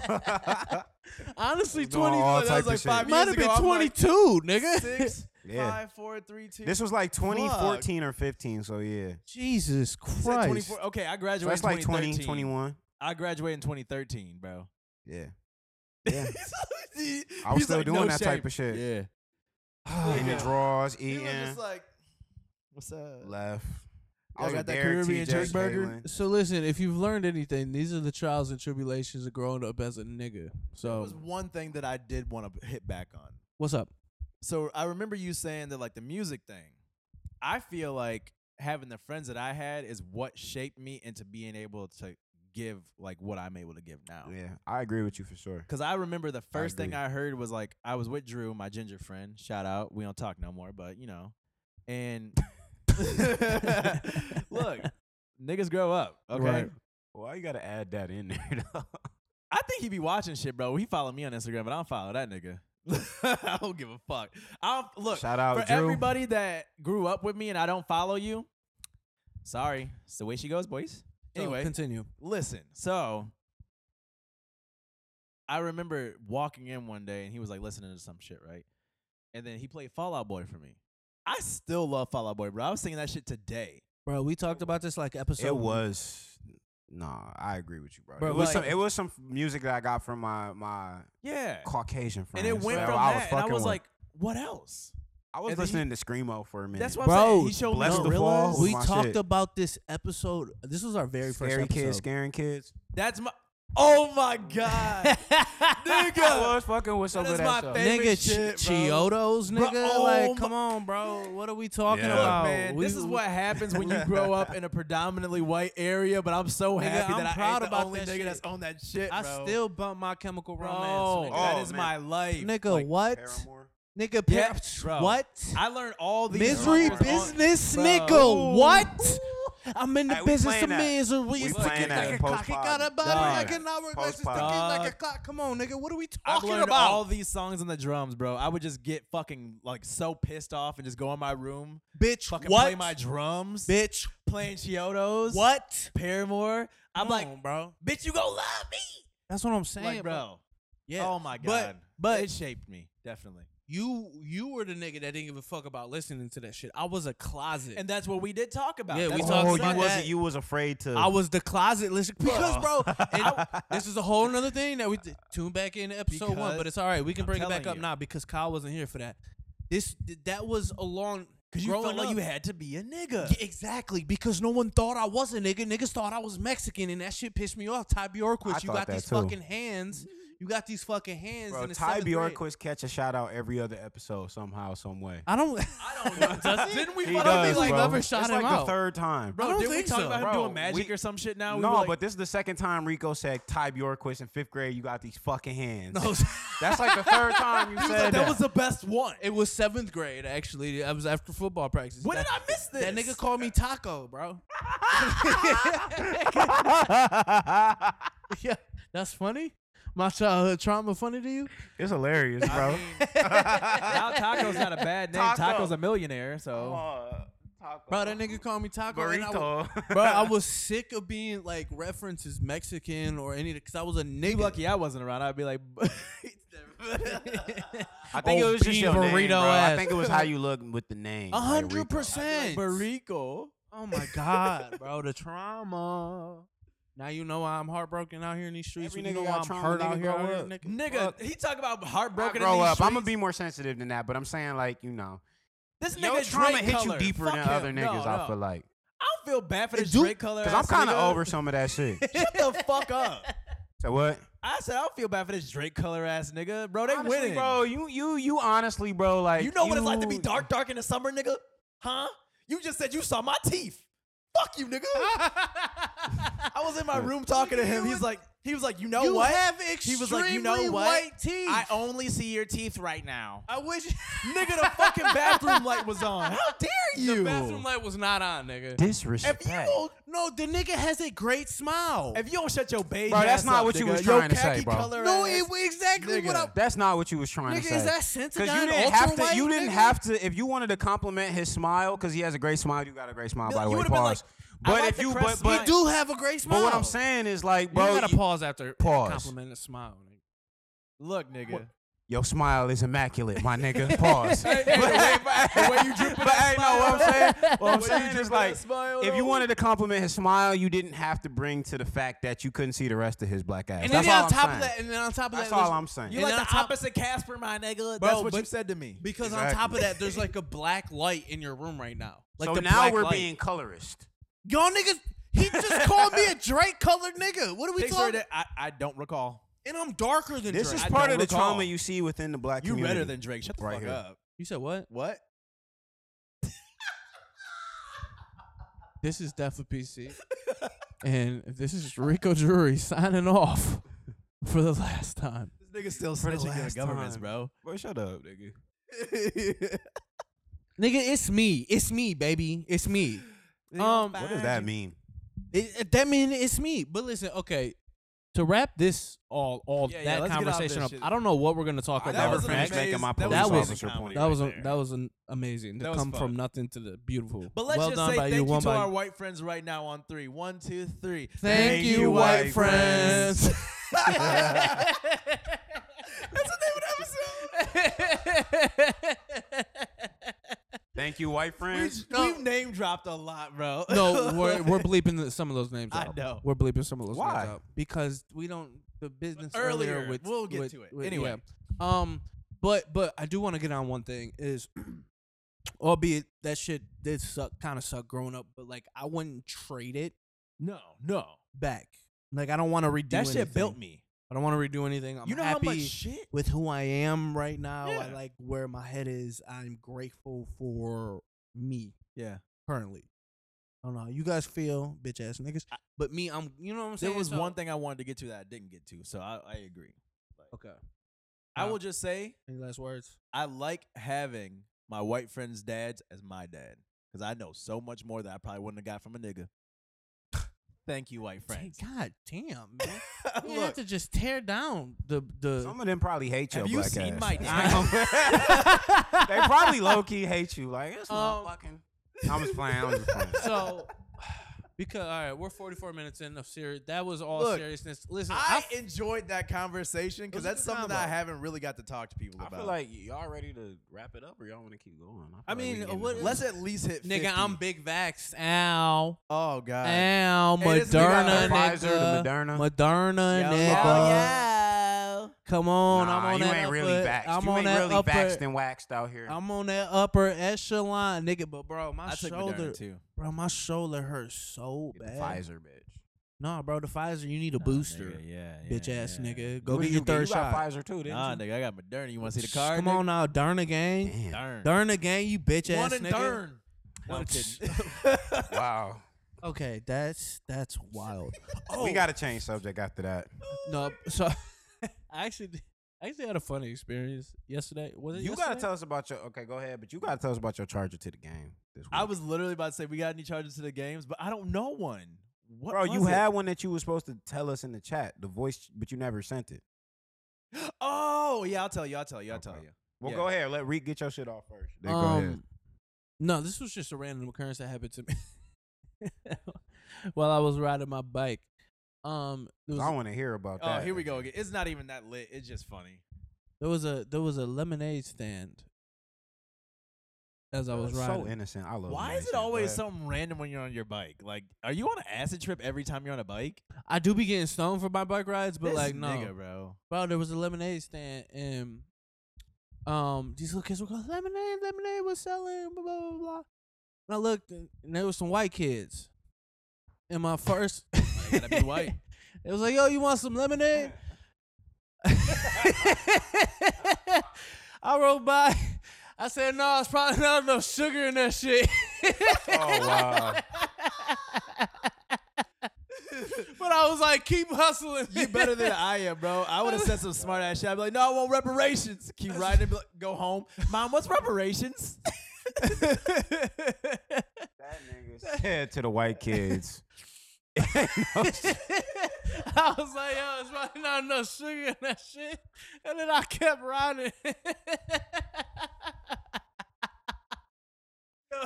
Speaker 4: Honestly,
Speaker 2: Doing
Speaker 4: 20
Speaker 2: all Oh,
Speaker 3: that
Speaker 2: type
Speaker 3: was
Speaker 2: of
Speaker 3: like
Speaker 2: shit.
Speaker 3: five
Speaker 4: might have
Speaker 3: years
Speaker 4: been
Speaker 3: ago. I'm like,
Speaker 4: 22, nigga.
Speaker 3: Six,
Speaker 2: Yeah.
Speaker 3: five, four, three, two.
Speaker 2: this was like 2014 or 15, so yeah.
Speaker 4: Jesus
Speaker 3: You said
Speaker 4: Christ.
Speaker 3: 24 Okay, I
Speaker 2: So
Speaker 3: graduated
Speaker 2: that's like
Speaker 3: in
Speaker 2: 20,
Speaker 3: 2013.
Speaker 2: 21.
Speaker 3: I graduated in 2013, bro.
Speaker 2: Yeah. Yeah.
Speaker 3: He-
Speaker 2: I was
Speaker 3: he's
Speaker 2: still
Speaker 3: like,
Speaker 2: doing
Speaker 3: no
Speaker 2: that type
Speaker 3: shame.
Speaker 2: of shit. E
Speaker 3: Yeah.
Speaker 2: Eating
Speaker 3: Yeah.
Speaker 2: drawers,
Speaker 3: He
Speaker 2: eating,
Speaker 3: was just like, what's up?
Speaker 2: left.
Speaker 3: I was
Speaker 2: Yo,
Speaker 3: at that
Speaker 2: Derek,
Speaker 3: Caribbean
Speaker 2: TJ,
Speaker 3: jerk burger.
Speaker 2: Jalen.
Speaker 4: So listen, if you've learned anything, these are the trials and tribulations of growing up as a nigga.
Speaker 3: There
Speaker 4: So
Speaker 3: was one thing that I did want to hit back on.
Speaker 4: what's up?
Speaker 3: So I remember you saying that like the music thing. I feel like having the friends that I had is what shaped me into being able to give like what I'm able to give now.
Speaker 2: Yeah, I agree with you for sure.
Speaker 3: Cause I remember the first thing
Speaker 2: agree.
Speaker 3: I heard was like I was with Drew, my ginger friend. Shout out. We don't talk no more, but you know. And look, niggas grow up. Okay.
Speaker 4: Right.
Speaker 2: Why you gotta add that in there? though?
Speaker 3: I think he be watching shit, bro. He follow me on Instagram, but I don't follow that nigga. I don't give a fuck. I don't look
Speaker 2: Shout out
Speaker 3: for
Speaker 2: Drew.
Speaker 3: everybody that grew up with me and I don't follow you. Sorry, it's the way she goes, boys.
Speaker 4: So,
Speaker 3: Anyway,
Speaker 4: continue.
Speaker 3: listen. So I remember walking in one day and he was like listening to some shit, right? And then he played Fallout Boy for me. I still love Fallout Boy, bro. I was singing that shit today.
Speaker 4: Bro, we talked about this like episode
Speaker 2: it was. Nah, I agree with you, bro.
Speaker 4: Bro,
Speaker 2: it was
Speaker 4: like-
Speaker 2: some. It was some music that I got from my my
Speaker 3: Yeah.
Speaker 2: Caucasian friends.
Speaker 3: And it went
Speaker 2: that
Speaker 3: from
Speaker 2: I was
Speaker 3: that, and I
Speaker 2: fucking
Speaker 3: was
Speaker 2: with.
Speaker 3: like, what else?
Speaker 2: I was
Speaker 3: and then he-
Speaker 2: listening to screamo for a minute.
Speaker 3: That's what
Speaker 4: Bro,
Speaker 3: I'm saying. He showed
Speaker 2: Bless
Speaker 3: me
Speaker 2: the
Speaker 3: gorillas.
Speaker 2: Fall.
Speaker 4: We
Speaker 2: was my
Speaker 4: talked
Speaker 2: shit.
Speaker 4: about this episode. This was our very
Speaker 2: scary
Speaker 4: first episode.
Speaker 2: kids, scaring kids.
Speaker 3: That's my. Oh my god,
Speaker 2: I
Speaker 3: nigga.
Speaker 2: was fucking with some
Speaker 3: That
Speaker 2: of
Speaker 3: is
Speaker 2: that
Speaker 3: my
Speaker 2: stuff.
Speaker 3: favorite
Speaker 4: Nigga, Ch-
Speaker 3: shit, bro.
Speaker 4: Chiodos,
Speaker 3: Bro,
Speaker 4: nigga.
Speaker 3: oh
Speaker 4: like,
Speaker 3: my-
Speaker 4: come on, bro. What are we talking
Speaker 2: Yeah.
Speaker 4: about?
Speaker 3: Look, man,
Speaker 4: We-
Speaker 3: this is what happens when you grow up in a predominantly white area. But I'm so
Speaker 4: Nigga,
Speaker 3: happy
Speaker 4: I'm
Speaker 3: that I
Speaker 4: proud
Speaker 3: ain't the
Speaker 4: about
Speaker 3: only
Speaker 4: that
Speaker 3: nigga
Speaker 4: shit.
Speaker 3: that's on that shit.
Speaker 4: I
Speaker 3: bro.
Speaker 4: still bump my chemical
Speaker 3: bro,
Speaker 4: romance. nigga.
Speaker 3: that
Speaker 2: Oh,
Speaker 3: is
Speaker 2: man.
Speaker 3: my life,
Speaker 4: Nigga,
Speaker 3: Like,
Speaker 4: what?
Speaker 2: Paramore.
Speaker 4: Nigga,
Speaker 3: Yeah,
Speaker 4: pa-
Speaker 3: bro.
Speaker 4: what?
Speaker 3: I learned all these
Speaker 4: Misery
Speaker 3: motherfuckers on-
Speaker 4: business,
Speaker 3: Bro.
Speaker 4: nigga. What?
Speaker 1: I'm in the
Speaker 2: Hey, we
Speaker 1: business
Speaker 2: playing
Speaker 1: of
Speaker 2: that.
Speaker 1: misery.
Speaker 2: We
Speaker 1: It's
Speaker 2: playing
Speaker 1: ticking
Speaker 2: that
Speaker 1: like a
Speaker 2: post
Speaker 1: clock. It
Speaker 2: pod.
Speaker 1: got a body
Speaker 2: Dog.
Speaker 1: like an hour.
Speaker 2: Post
Speaker 1: It's ticking
Speaker 3: pod.
Speaker 1: like a clock. Come on, nigga. What are we
Speaker 3: I've
Speaker 1: talking
Speaker 3: learned
Speaker 1: about?
Speaker 3: all these songs on the drums, bro. I would just get fucking like so pissed off and just go in my room,
Speaker 1: bitch,
Speaker 3: fucking
Speaker 1: what?
Speaker 3: play my drums,
Speaker 1: bitch,
Speaker 3: playing Chiodos,
Speaker 1: what?
Speaker 3: Paramore. I'm
Speaker 4: Come
Speaker 3: like,
Speaker 4: on, bro.
Speaker 3: bitch, you gonna love me,
Speaker 1: That's what I'm saying,
Speaker 3: like,
Speaker 1: bro.
Speaker 3: bro.
Speaker 4: Yeah.
Speaker 3: Oh my
Speaker 4: But-
Speaker 3: god,
Speaker 4: but-
Speaker 3: it shaped me definitely,
Speaker 4: You you were the nigga that didn't give a fuck about listening to that shit. I was a closet.
Speaker 3: and that's what we did talk about.
Speaker 4: Yeah,
Speaker 3: That's
Speaker 4: we
Speaker 3: what
Speaker 4: talked
Speaker 2: oh,
Speaker 3: I'm
Speaker 2: you
Speaker 4: about
Speaker 3: saying.
Speaker 4: that.
Speaker 2: wasn't. You was afraid to.
Speaker 4: I was the closet listen because bro, and I- this is a whole nother thing that we d- tune back in to episode one,
Speaker 3: Because-
Speaker 4: but it's all right. We can
Speaker 3: I'm
Speaker 4: bring it
Speaker 3: telling
Speaker 4: back up
Speaker 3: you.
Speaker 4: now because Kyle wasn't here for that. This th- that was a long
Speaker 3: Cause you
Speaker 4: growing
Speaker 3: felt like
Speaker 4: up-
Speaker 3: you had to be a nigga.
Speaker 4: Yeah, exactly because no one thought I was a nigga. Niggas thought I was Mexican, and that shit pissed me off. Ty
Speaker 2: I
Speaker 4: Bjorkwitz, you
Speaker 2: thought
Speaker 4: got
Speaker 2: that
Speaker 4: these
Speaker 2: too.
Speaker 4: fucking hands. You got these fucking hands.
Speaker 2: Bro,
Speaker 4: in the
Speaker 2: Ty
Speaker 4: seventh grade.
Speaker 2: Bjorkwist catch a shout out every other episode somehow, some way.
Speaker 1: I don't.
Speaker 4: I don't know. Does, didn't we?
Speaker 2: He
Speaker 4: I don't think
Speaker 2: does,
Speaker 4: like
Speaker 2: bro.
Speaker 4: ever shot
Speaker 2: it's
Speaker 4: him
Speaker 2: like
Speaker 4: out.
Speaker 2: the third time.
Speaker 4: I
Speaker 3: Bro,
Speaker 4: don't
Speaker 3: did we
Speaker 4: think
Speaker 3: talk
Speaker 4: so.
Speaker 3: about him
Speaker 2: Bro,
Speaker 3: doing magic
Speaker 2: we-
Speaker 3: or some shit now? We
Speaker 2: no,
Speaker 3: were like-
Speaker 2: but this is the second time Rico said Ty Bjorkwist in fifth grade. You got these fucking hands.
Speaker 4: No,
Speaker 2: That's like the third time you
Speaker 3: He
Speaker 2: said
Speaker 3: was like, that was the best one.
Speaker 4: it was seventh grade actually. I was after football practice.
Speaker 3: When
Speaker 4: that,
Speaker 3: did I miss this?
Speaker 4: that nigga called me Taco, bro. yeah, that's funny. My childhood trauma funny to you?
Speaker 2: it's hilarious, bro.
Speaker 3: now Taco's not a bad name.
Speaker 2: Taco.
Speaker 3: Taco's a millionaire, so
Speaker 4: Bro, that nigga called me Taco. and I was-
Speaker 2: burrito.
Speaker 4: bro, I was sick of being like referenced as Mexican or any because I was a
Speaker 3: you
Speaker 4: nigga.
Speaker 3: lucky I wasn't around. I'd be like,
Speaker 2: I think it was just
Speaker 4: bean
Speaker 2: your name,
Speaker 4: burrito
Speaker 2: bro. I
Speaker 4: ass.
Speaker 2: think it was how you look with the name.
Speaker 4: A
Speaker 2: like
Speaker 4: hundred
Speaker 2: Rico.
Speaker 4: percent.
Speaker 3: Barico.
Speaker 4: Oh my god, bro, the trauma. Now you know why I'm heartbroken out here in these streets.
Speaker 2: Every
Speaker 4: You
Speaker 2: nigga
Speaker 4: know why
Speaker 2: got
Speaker 4: I'm
Speaker 2: trauma,
Speaker 4: hurt
Speaker 2: nigga
Speaker 4: out here,
Speaker 2: grow
Speaker 4: out here,
Speaker 2: up.
Speaker 4: nigga.
Speaker 3: Nigga, he talk about
Speaker 2: I
Speaker 3: heartbroken. in
Speaker 2: grow
Speaker 3: these
Speaker 2: up. I'm gonna
Speaker 3: streets.
Speaker 2: be more sensitive than that, but I'm saying like you know,
Speaker 3: This
Speaker 2: your
Speaker 3: nigga
Speaker 2: trauma
Speaker 3: Drake
Speaker 2: hit
Speaker 3: color.
Speaker 2: you deeper
Speaker 3: Fuck
Speaker 2: than
Speaker 3: him.
Speaker 2: other
Speaker 3: No,
Speaker 2: niggas.
Speaker 3: no.
Speaker 2: I feel like
Speaker 3: I don't feel bad for this
Speaker 4: Dude,
Speaker 3: Drake color.
Speaker 2: because I'm
Speaker 3: kind of
Speaker 2: over some of that shit.
Speaker 3: Shut the fuck up.
Speaker 2: So what?
Speaker 3: I said I don't feel bad for this Drake color ass nigga, bro. They
Speaker 2: Honestly,
Speaker 3: winning,
Speaker 2: bro. You you you honestly, bro. Like
Speaker 3: You know what it's like to be
Speaker 2: you-
Speaker 3: dark, dark in the summer, nigga? Huh? You just said you saw my teeth. Fuck you, nigga. I was in my room talking to him. He's like, he was like, you know
Speaker 4: You
Speaker 3: what?
Speaker 4: have
Speaker 3: He was like, you know
Speaker 4: extremely
Speaker 3: what?
Speaker 4: white teeth.
Speaker 3: I only see your teeth right now.
Speaker 4: I wish
Speaker 3: nigga, the fucking bathroom light was on. How dare you?
Speaker 4: the bathroom light was not on, nigga.
Speaker 2: disrespect.
Speaker 3: If you don't,
Speaker 4: No, the nigga has a great smile.
Speaker 3: if you don't shut your beige
Speaker 2: Bro, that's
Speaker 3: ass
Speaker 2: not
Speaker 3: up,
Speaker 2: what you
Speaker 3: nigga,
Speaker 2: was
Speaker 3: your
Speaker 2: trying to say,
Speaker 3: khaki
Speaker 2: bro.
Speaker 3: color
Speaker 4: No,
Speaker 3: ass-
Speaker 4: it exactly what I.
Speaker 3: Nigga.
Speaker 2: That's not what you was trying to
Speaker 4: Nigga,
Speaker 2: say.
Speaker 4: is that
Speaker 2: Cause
Speaker 4: Sensodyne
Speaker 2: you didn't
Speaker 4: ultra
Speaker 2: have to.
Speaker 4: white?
Speaker 2: You didn't
Speaker 4: nigga?
Speaker 2: have to. If you wanted to compliment his smile, cause he has a great smile. You got a great smile,
Speaker 3: You
Speaker 2: by the way.
Speaker 3: would've been
Speaker 2: Pause.
Speaker 3: like, I
Speaker 2: but
Speaker 3: like
Speaker 2: if
Speaker 3: the
Speaker 2: you, but
Speaker 3: crest
Speaker 2: but,
Speaker 3: smile.
Speaker 4: Do have a great smile.
Speaker 2: but what I'm saying is like,
Speaker 4: bro,
Speaker 2: bro,
Speaker 4: you gotta
Speaker 2: you-
Speaker 4: pause after
Speaker 2: Pause.
Speaker 4: compliment a smile. Nigga.
Speaker 3: Look, nigga.
Speaker 2: your smile is immaculate, my nigga. Pause.
Speaker 3: Hey, hey, the way- the way you dripping
Speaker 2: But hey,
Speaker 3: that
Speaker 2: no, what I'm
Speaker 3: smile.
Speaker 2: saying, what I'm
Speaker 3: The way
Speaker 2: saying
Speaker 3: you
Speaker 2: is
Speaker 3: dripping
Speaker 2: like,
Speaker 3: that smile,
Speaker 2: if you
Speaker 3: though.
Speaker 2: wanted to compliment his smile, you didn't have to bring to the fact that you couldn't see the rest of his black ass.
Speaker 4: And
Speaker 2: That's
Speaker 4: then on
Speaker 2: all I'm
Speaker 4: top
Speaker 2: saying.
Speaker 4: of that, and then on top of
Speaker 2: That's
Speaker 4: that,
Speaker 2: all
Speaker 4: there's-
Speaker 2: I'm saying.
Speaker 3: You
Speaker 4: And
Speaker 3: like
Speaker 4: then
Speaker 3: the
Speaker 4: on top-
Speaker 3: opposite Casper, my nigga.
Speaker 4: Bro,
Speaker 3: That's what
Speaker 4: but-
Speaker 3: you said to me.
Speaker 4: Because on
Speaker 2: Exactly.
Speaker 4: top of that, there's like a black light in your room right now. Like
Speaker 2: so
Speaker 4: the
Speaker 2: now
Speaker 4: black
Speaker 2: we're
Speaker 4: light.
Speaker 2: being colorist.
Speaker 4: y'all niggas. He just called me a Drake colored nigga. What are we
Speaker 3: Things
Speaker 4: talking?
Speaker 3: that I, I don't recall.
Speaker 4: and I'm darker than
Speaker 2: This
Speaker 4: Drake.
Speaker 2: is
Speaker 3: I
Speaker 2: part
Speaker 3: don't
Speaker 2: of the
Speaker 3: recall.
Speaker 2: trauma you see within the black
Speaker 3: You
Speaker 2: community.
Speaker 3: redder than Drake. Shut the
Speaker 2: Right
Speaker 3: fuck
Speaker 2: here.
Speaker 3: up.
Speaker 4: you said what?
Speaker 3: What?
Speaker 4: This is Def of PC, and this is Rico Drury signing off for the last time.
Speaker 3: This nigga still
Speaker 2: For the
Speaker 3: snitching to the
Speaker 2: last
Speaker 3: governments,
Speaker 2: time.
Speaker 3: bro.
Speaker 2: Bro, shut up, nigga.
Speaker 4: Nigga, it's me. It's me, baby. It's me. Um,
Speaker 2: What does that mean?
Speaker 4: It, it- that mean it's me. But listen, okay. To wrap this all all
Speaker 3: Yeah, yeah,
Speaker 4: that
Speaker 3: let's get out of this
Speaker 4: conversation up,
Speaker 3: shit.
Speaker 4: I don't know what we're gonna talk
Speaker 2: I
Speaker 4: about.
Speaker 2: never
Speaker 4: next.
Speaker 2: finished making my police
Speaker 4: That was-
Speaker 2: officer point.
Speaker 4: That was a, that was an amazing to
Speaker 3: That was
Speaker 4: come
Speaker 3: fun.
Speaker 4: from nothing to the beautiful.
Speaker 3: But let's
Speaker 4: well
Speaker 3: just
Speaker 4: done
Speaker 3: say
Speaker 4: by
Speaker 3: thank you,
Speaker 4: you, one
Speaker 3: to
Speaker 4: by
Speaker 3: our white friends right now on three. One, two, three.
Speaker 4: Thank you, white friends.
Speaker 2: Thank you, white friends.
Speaker 3: We, have name dropped a lot, bro.
Speaker 4: no, we're we're bleeping the- some of those names.
Speaker 3: I
Speaker 4: out.
Speaker 3: know.
Speaker 4: We're bleeping some of those
Speaker 2: Why?
Speaker 4: names out because we don't the business
Speaker 3: Earlier,
Speaker 4: earlier. with,
Speaker 3: we'll get
Speaker 4: with-
Speaker 3: to it.
Speaker 4: with-
Speaker 3: Anyway.
Speaker 4: yeah. um, but but I do want to get on one thing is, albeit that shit did suck, kind of suck growing up, but like I wouldn't trade it
Speaker 3: no, no.
Speaker 4: back. Like I don't want to redo
Speaker 3: That
Speaker 4: anything.
Speaker 3: shit built me.
Speaker 4: I don't want to redo anything. I'm
Speaker 3: you know
Speaker 4: happy
Speaker 3: how much shit?
Speaker 4: with who I am right now. I
Speaker 3: Yeah.
Speaker 4: like where my head is. I'm grateful for me
Speaker 3: Yeah.
Speaker 4: currently. I don't know how you guys feel, bitch ass niggas. But me, I'm. You know what I'm
Speaker 3: There
Speaker 4: saying?
Speaker 3: was
Speaker 4: So-
Speaker 3: one thing I wanted to get to that I didn't get to, so I, I agree.
Speaker 4: Okay.
Speaker 3: I
Speaker 4: Wow.
Speaker 3: will just say
Speaker 4: Any last words?
Speaker 3: I like having my white friends' dads as my dad. because I know so much more that I probably wouldn't have got from a nigga. Thank you, white friends.
Speaker 4: God damn, man. you have
Speaker 3: Look,
Speaker 4: to just tear down the the.
Speaker 2: Some of them probably hate your
Speaker 3: Have you
Speaker 2: black
Speaker 3: seen
Speaker 2: ass.
Speaker 3: my
Speaker 2: they probably low key hate you. Like it's
Speaker 4: Um,
Speaker 2: motherfucking. I was playing. I was just playing.
Speaker 4: so because all right, we're 44 minutes in of serious. That was all
Speaker 3: Look,
Speaker 4: seriousness. Listen, I,
Speaker 3: I enjoyed that conversation
Speaker 4: It was
Speaker 3: because
Speaker 4: a
Speaker 3: that's
Speaker 4: good
Speaker 3: something that I
Speaker 4: combo.
Speaker 3: haven't really got to talk to people
Speaker 6: I
Speaker 3: about.
Speaker 6: feel like y'all ready to wrap it up, or y'all want to keep going.
Speaker 4: I
Speaker 6: feel like we
Speaker 4: mean,
Speaker 6: can get
Speaker 4: what
Speaker 6: into
Speaker 4: is-
Speaker 6: it.
Speaker 3: let's at least hit. 50.
Speaker 4: nigga, I'm big vaxxed. Ow,
Speaker 3: Oh god.
Speaker 4: ow,
Speaker 3: Hey, this nigga
Speaker 4: Moderna,
Speaker 3: got
Speaker 4: nigga,
Speaker 2: Pfizer, the Moderna.
Speaker 4: Moderna,
Speaker 3: Yo,
Speaker 4: nigga.
Speaker 5: Oh,
Speaker 3: yo,
Speaker 4: Come on,
Speaker 2: Nah,
Speaker 4: I'm on
Speaker 2: you
Speaker 4: that
Speaker 2: ain't
Speaker 4: upper,
Speaker 2: really vaxxed.
Speaker 4: I'm
Speaker 2: you
Speaker 4: on
Speaker 2: ain't
Speaker 4: that
Speaker 2: really
Speaker 4: upper,
Speaker 2: vaxxed and waxed out here.
Speaker 4: I'm on that upper echelon, nigga. But bro, my
Speaker 3: I took
Speaker 4: shoulder,
Speaker 3: Moderna too.
Speaker 4: bro, my shoulder hurts so
Speaker 6: Get the
Speaker 4: bad.
Speaker 6: Pfizer, bitch.
Speaker 4: Nah, bro, the Pfizer, you need a
Speaker 3: Nah,
Speaker 4: booster,
Speaker 3: nigga, yeah,
Speaker 4: bitch
Speaker 3: yeah,
Speaker 4: ass
Speaker 3: yeah.
Speaker 4: nigga. Go
Speaker 6: What
Speaker 4: get
Speaker 6: did
Speaker 4: your
Speaker 6: you
Speaker 4: third
Speaker 6: You
Speaker 4: shot.
Speaker 6: got Pfizer too, didn't
Speaker 3: Nah,
Speaker 6: you?
Speaker 3: nigga, I got Moderna. You want to see the
Speaker 4: Shh,
Speaker 3: card?
Speaker 4: Come on now, Darna gang,
Speaker 6: Damn.
Speaker 3: Darn.
Speaker 4: Darna gang, you bitch ass
Speaker 3: One and
Speaker 4: nigga.
Speaker 3: darn. No,
Speaker 4: One-
Speaker 3: I'm kidding.
Speaker 2: wow.
Speaker 4: Okay, that's that's wild.
Speaker 3: Oh.
Speaker 2: We gotta change subject after that.
Speaker 4: no, so I actually did- I actually had a funny experience yesterday. Was it
Speaker 2: You
Speaker 4: yesterday?
Speaker 2: gotta tell us about your. Okay, go ahead. But you gotta tell us about your charger to the game this week.
Speaker 3: I was literally about to say we got any charges to the games, but I don't know one. What
Speaker 2: Bro, you
Speaker 3: was it?
Speaker 2: had one that you were supposed to tell us in the chat, the voice, but you never sent it.
Speaker 3: Oh yeah, I'll tell you. I'll tell you. I'll tell
Speaker 2: Okay.
Speaker 3: you.
Speaker 2: Well,
Speaker 3: Yeah.
Speaker 2: go ahead. Let Reek get your shit off first. Then go ahead.
Speaker 4: Um, no, this was just a random occurrence that happened to me while I was riding my bike. Um, there
Speaker 2: 'Cause
Speaker 4: was,
Speaker 2: I want to hear about
Speaker 3: Oh,
Speaker 2: that.
Speaker 3: here we go again. It's not even that lit. It's just funny.
Speaker 4: there was a there was a lemonade stand as I
Speaker 2: That
Speaker 4: was
Speaker 2: was
Speaker 4: riding.
Speaker 2: so innocent. I love.
Speaker 3: Why is it
Speaker 2: Mason.
Speaker 3: always
Speaker 2: Go ahead.
Speaker 3: something random when you're on your bike? Like, are you on an acid trip every time you're on a bike?
Speaker 4: I do be getting stoned for my bike rides, but
Speaker 3: This
Speaker 4: like no,
Speaker 3: nigga, bro.
Speaker 4: bro, there was a lemonade stand and um these little kids were going, Lemonade, lemonade was selling, blah blah blah blah. And I looked and and there was some white kids. And my first
Speaker 3: I gotta be white.
Speaker 4: It was like, yo, you want some lemonade? I rode by. I said, no, it's probably not enough sugar in that shit.
Speaker 2: Oh wow.
Speaker 4: but I was like, keep hustling.
Speaker 3: You better than I am, bro. I would have said some smart ass shit. I'd be like, no, I want reparations. Keep riding and be like, go home. Mom, what's reparations?
Speaker 2: that nigga said to the white kids.
Speaker 4: I was like, yo, it's probably not enough sugar in that shit. And then I kept riding. Yo.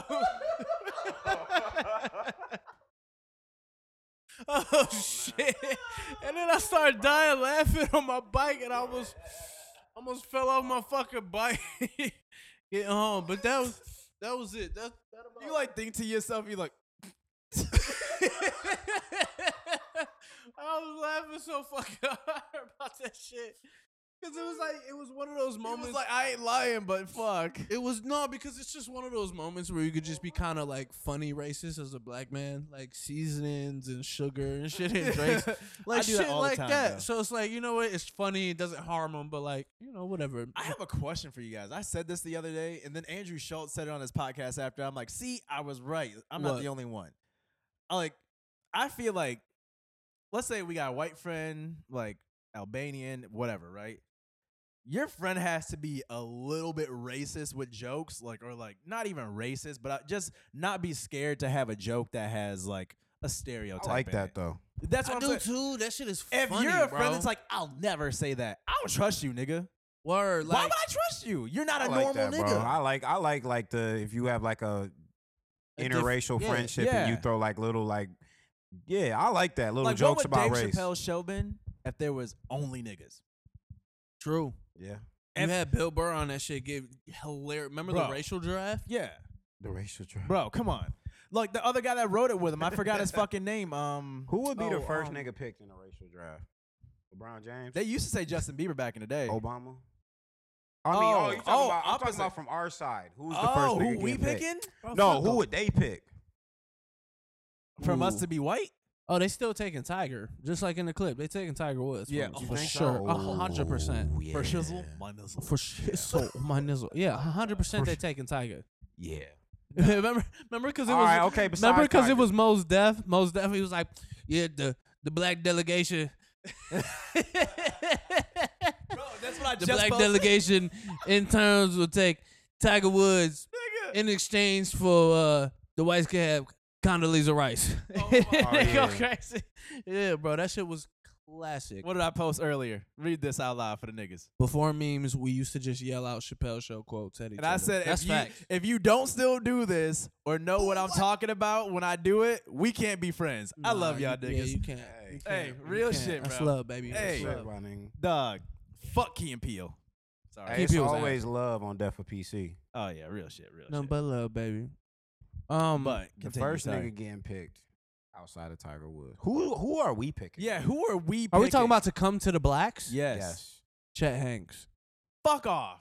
Speaker 4: oh shit. And then I started dying laughing on my bike and I almost almost fell off my fucking bike. Getting home. But that was that was it. That, that about
Speaker 3: you like think to yourself, you like,
Speaker 4: I was laughing so fucking hard about that shit because it was like it was one of those
Speaker 3: it
Speaker 4: moments.
Speaker 3: was like, I ain't lying, but fuck.
Speaker 4: it was no because it's just one of those moments where you could just be kind of like funny racist as a black man, like seasonings and sugar and shit and drinks, like
Speaker 3: I do that
Speaker 4: shit
Speaker 3: all the
Speaker 4: like
Speaker 3: time,
Speaker 4: that.
Speaker 3: though.
Speaker 4: So it's like you know what? It's funny. It doesn't harm them, but like you know whatever.
Speaker 3: I have a question for you guys. I said this the other day, and then Andrew Schultz said it on his podcast after. I'm like, see, I was right. I'm not
Speaker 4: What?
Speaker 3: the only one. I like, I feel like, let's say we got a white friend, like Albanian, whatever, right? Your friend has to be a little bit racist with jokes, like, or like not even racist, but uh, just not be scared to have a joke that has like a stereotype.
Speaker 2: I like
Speaker 3: in
Speaker 2: that
Speaker 3: it.
Speaker 2: though.
Speaker 3: That's what
Speaker 4: I
Speaker 3: am
Speaker 4: do too.
Speaker 3: saying.
Speaker 4: That shit is
Speaker 3: If
Speaker 4: funny,
Speaker 3: you're a
Speaker 4: bro.
Speaker 3: friend that's like, I'll never say that. I don't trust you, nigga.
Speaker 4: word,
Speaker 3: Why
Speaker 4: like
Speaker 3: would I trust you? You're not a
Speaker 2: I like
Speaker 3: normal
Speaker 2: that,
Speaker 3: nigga.
Speaker 2: bro. I like. I like like the if you have like a
Speaker 4: a diff-
Speaker 2: interracial
Speaker 4: yeah,
Speaker 2: friendship and
Speaker 3: yeah.
Speaker 2: you throw like little like. Yeah, I like that little
Speaker 3: like,
Speaker 2: jokes
Speaker 3: what would
Speaker 2: about
Speaker 3: Dave
Speaker 2: race.
Speaker 3: Chappelle's show been if there was only niggas?
Speaker 4: True.
Speaker 2: Yeah,
Speaker 4: You
Speaker 3: If-
Speaker 4: had Bill Burr on that shit. Give hilarious. Remember the
Speaker 3: Bro.
Speaker 4: racial draft?
Speaker 3: Yeah,
Speaker 2: the racial drive.
Speaker 3: bro, come on. Like the other guy that wrote it with him, I forgot his fucking name. Um,
Speaker 2: Who would be the
Speaker 3: oh,
Speaker 2: first
Speaker 3: um,
Speaker 2: nigga picked in a racial draft? LeBron James,
Speaker 3: They used to say Justin Bieber back in the day.
Speaker 2: Obama. I mean, oh,
Speaker 3: Oh,
Speaker 2: you talking about?
Speaker 3: oh,
Speaker 2: I'm talking
Speaker 3: opposite.
Speaker 2: about from our side. Who's the first
Speaker 3: oh,
Speaker 2: nigga
Speaker 3: who we
Speaker 2: getting picked?
Speaker 3: picking
Speaker 2: No, who would they pick?
Speaker 3: from us
Speaker 4: Ooh.
Speaker 3: to be white?
Speaker 4: Oh, they still taking Tiger, just like in the clip. They taking Tiger Woods.
Speaker 3: Yeah,
Speaker 4: for,
Speaker 3: you
Speaker 4: for
Speaker 2: think so?
Speaker 4: sure, a hundred percent.
Speaker 3: For shizzle, my nizzle.
Speaker 4: For shit, so my nizzle. Yeah, a hundred percent. They taking Tiger.
Speaker 2: Yeah.
Speaker 4: remember, remember, because it
Speaker 2: All
Speaker 4: was.
Speaker 2: right. Okay. Besides
Speaker 4: remember, because it
Speaker 2: Tiger.
Speaker 4: was Mo's death. Mo's death. He was like, yeah, the the black delegation.
Speaker 3: Bro, that's what I
Speaker 4: the
Speaker 3: just
Speaker 4: black
Speaker 3: posted.
Speaker 4: delegation in terms will take Tiger Woods in exchange for uh, the whites could have Condoleezza Rice. they go
Speaker 2: yeah.
Speaker 4: crazy. Yeah, bro, that shit was classic.
Speaker 3: What did I post earlier? Read this out loud for the niggas.
Speaker 4: Before memes, we used to just yell out Chappelle Show quotes at each
Speaker 3: And
Speaker 4: other.
Speaker 3: I said,
Speaker 4: that's
Speaker 3: if you
Speaker 4: fact.
Speaker 3: if you don't still do this or know what I'm talking about when I do it, we can't be friends. I love
Speaker 4: Nah,
Speaker 3: y'all
Speaker 4: you- Yeah,
Speaker 3: niggas.
Speaker 4: you can't.
Speaker 2: Hey,
Speaker 4: You
Speaker 3: hey,
Speaker 4: can't. You
Speaker 3: real
Speaker 4: can't.
Speaker 3: shit,
Speaker 4: That's
Speaker 3: bro.
Speaker 4: love, baby. That's
Speaker 3: Hey.
Speaker 4: love.
Speaker 2: Shit, my nigga.
Speaker 3: Dog, fuck Key and Peele. Sorry.
Speaker 2: Hey, it's
Speaker 4: People's
Speaker 2: always love on Death for PC.
Speaker 3: Oh yeah, real shit, real
Speaker 4: Nothing
Speaker 3: shit.
Speaker 4: but love, baby. Um,
Speaker 3: but
Speaker 2: The
Speaker 3: continue,
Speaker 2: first
Speaker 3: sorry.
Speaker 2: nigga getting picked outside of Tiger Woods. Who who are we picking?
Speaker 3: Yeah, who are we?
Speaker 4: are we talking
Speaker 3: picking?
Speaker 4: about to come to the blacks?
Speaker 3: Yes.
Speaker 2: Yes.
Speaker 4: Chet Hanks.
Speaker 3: Fuck off.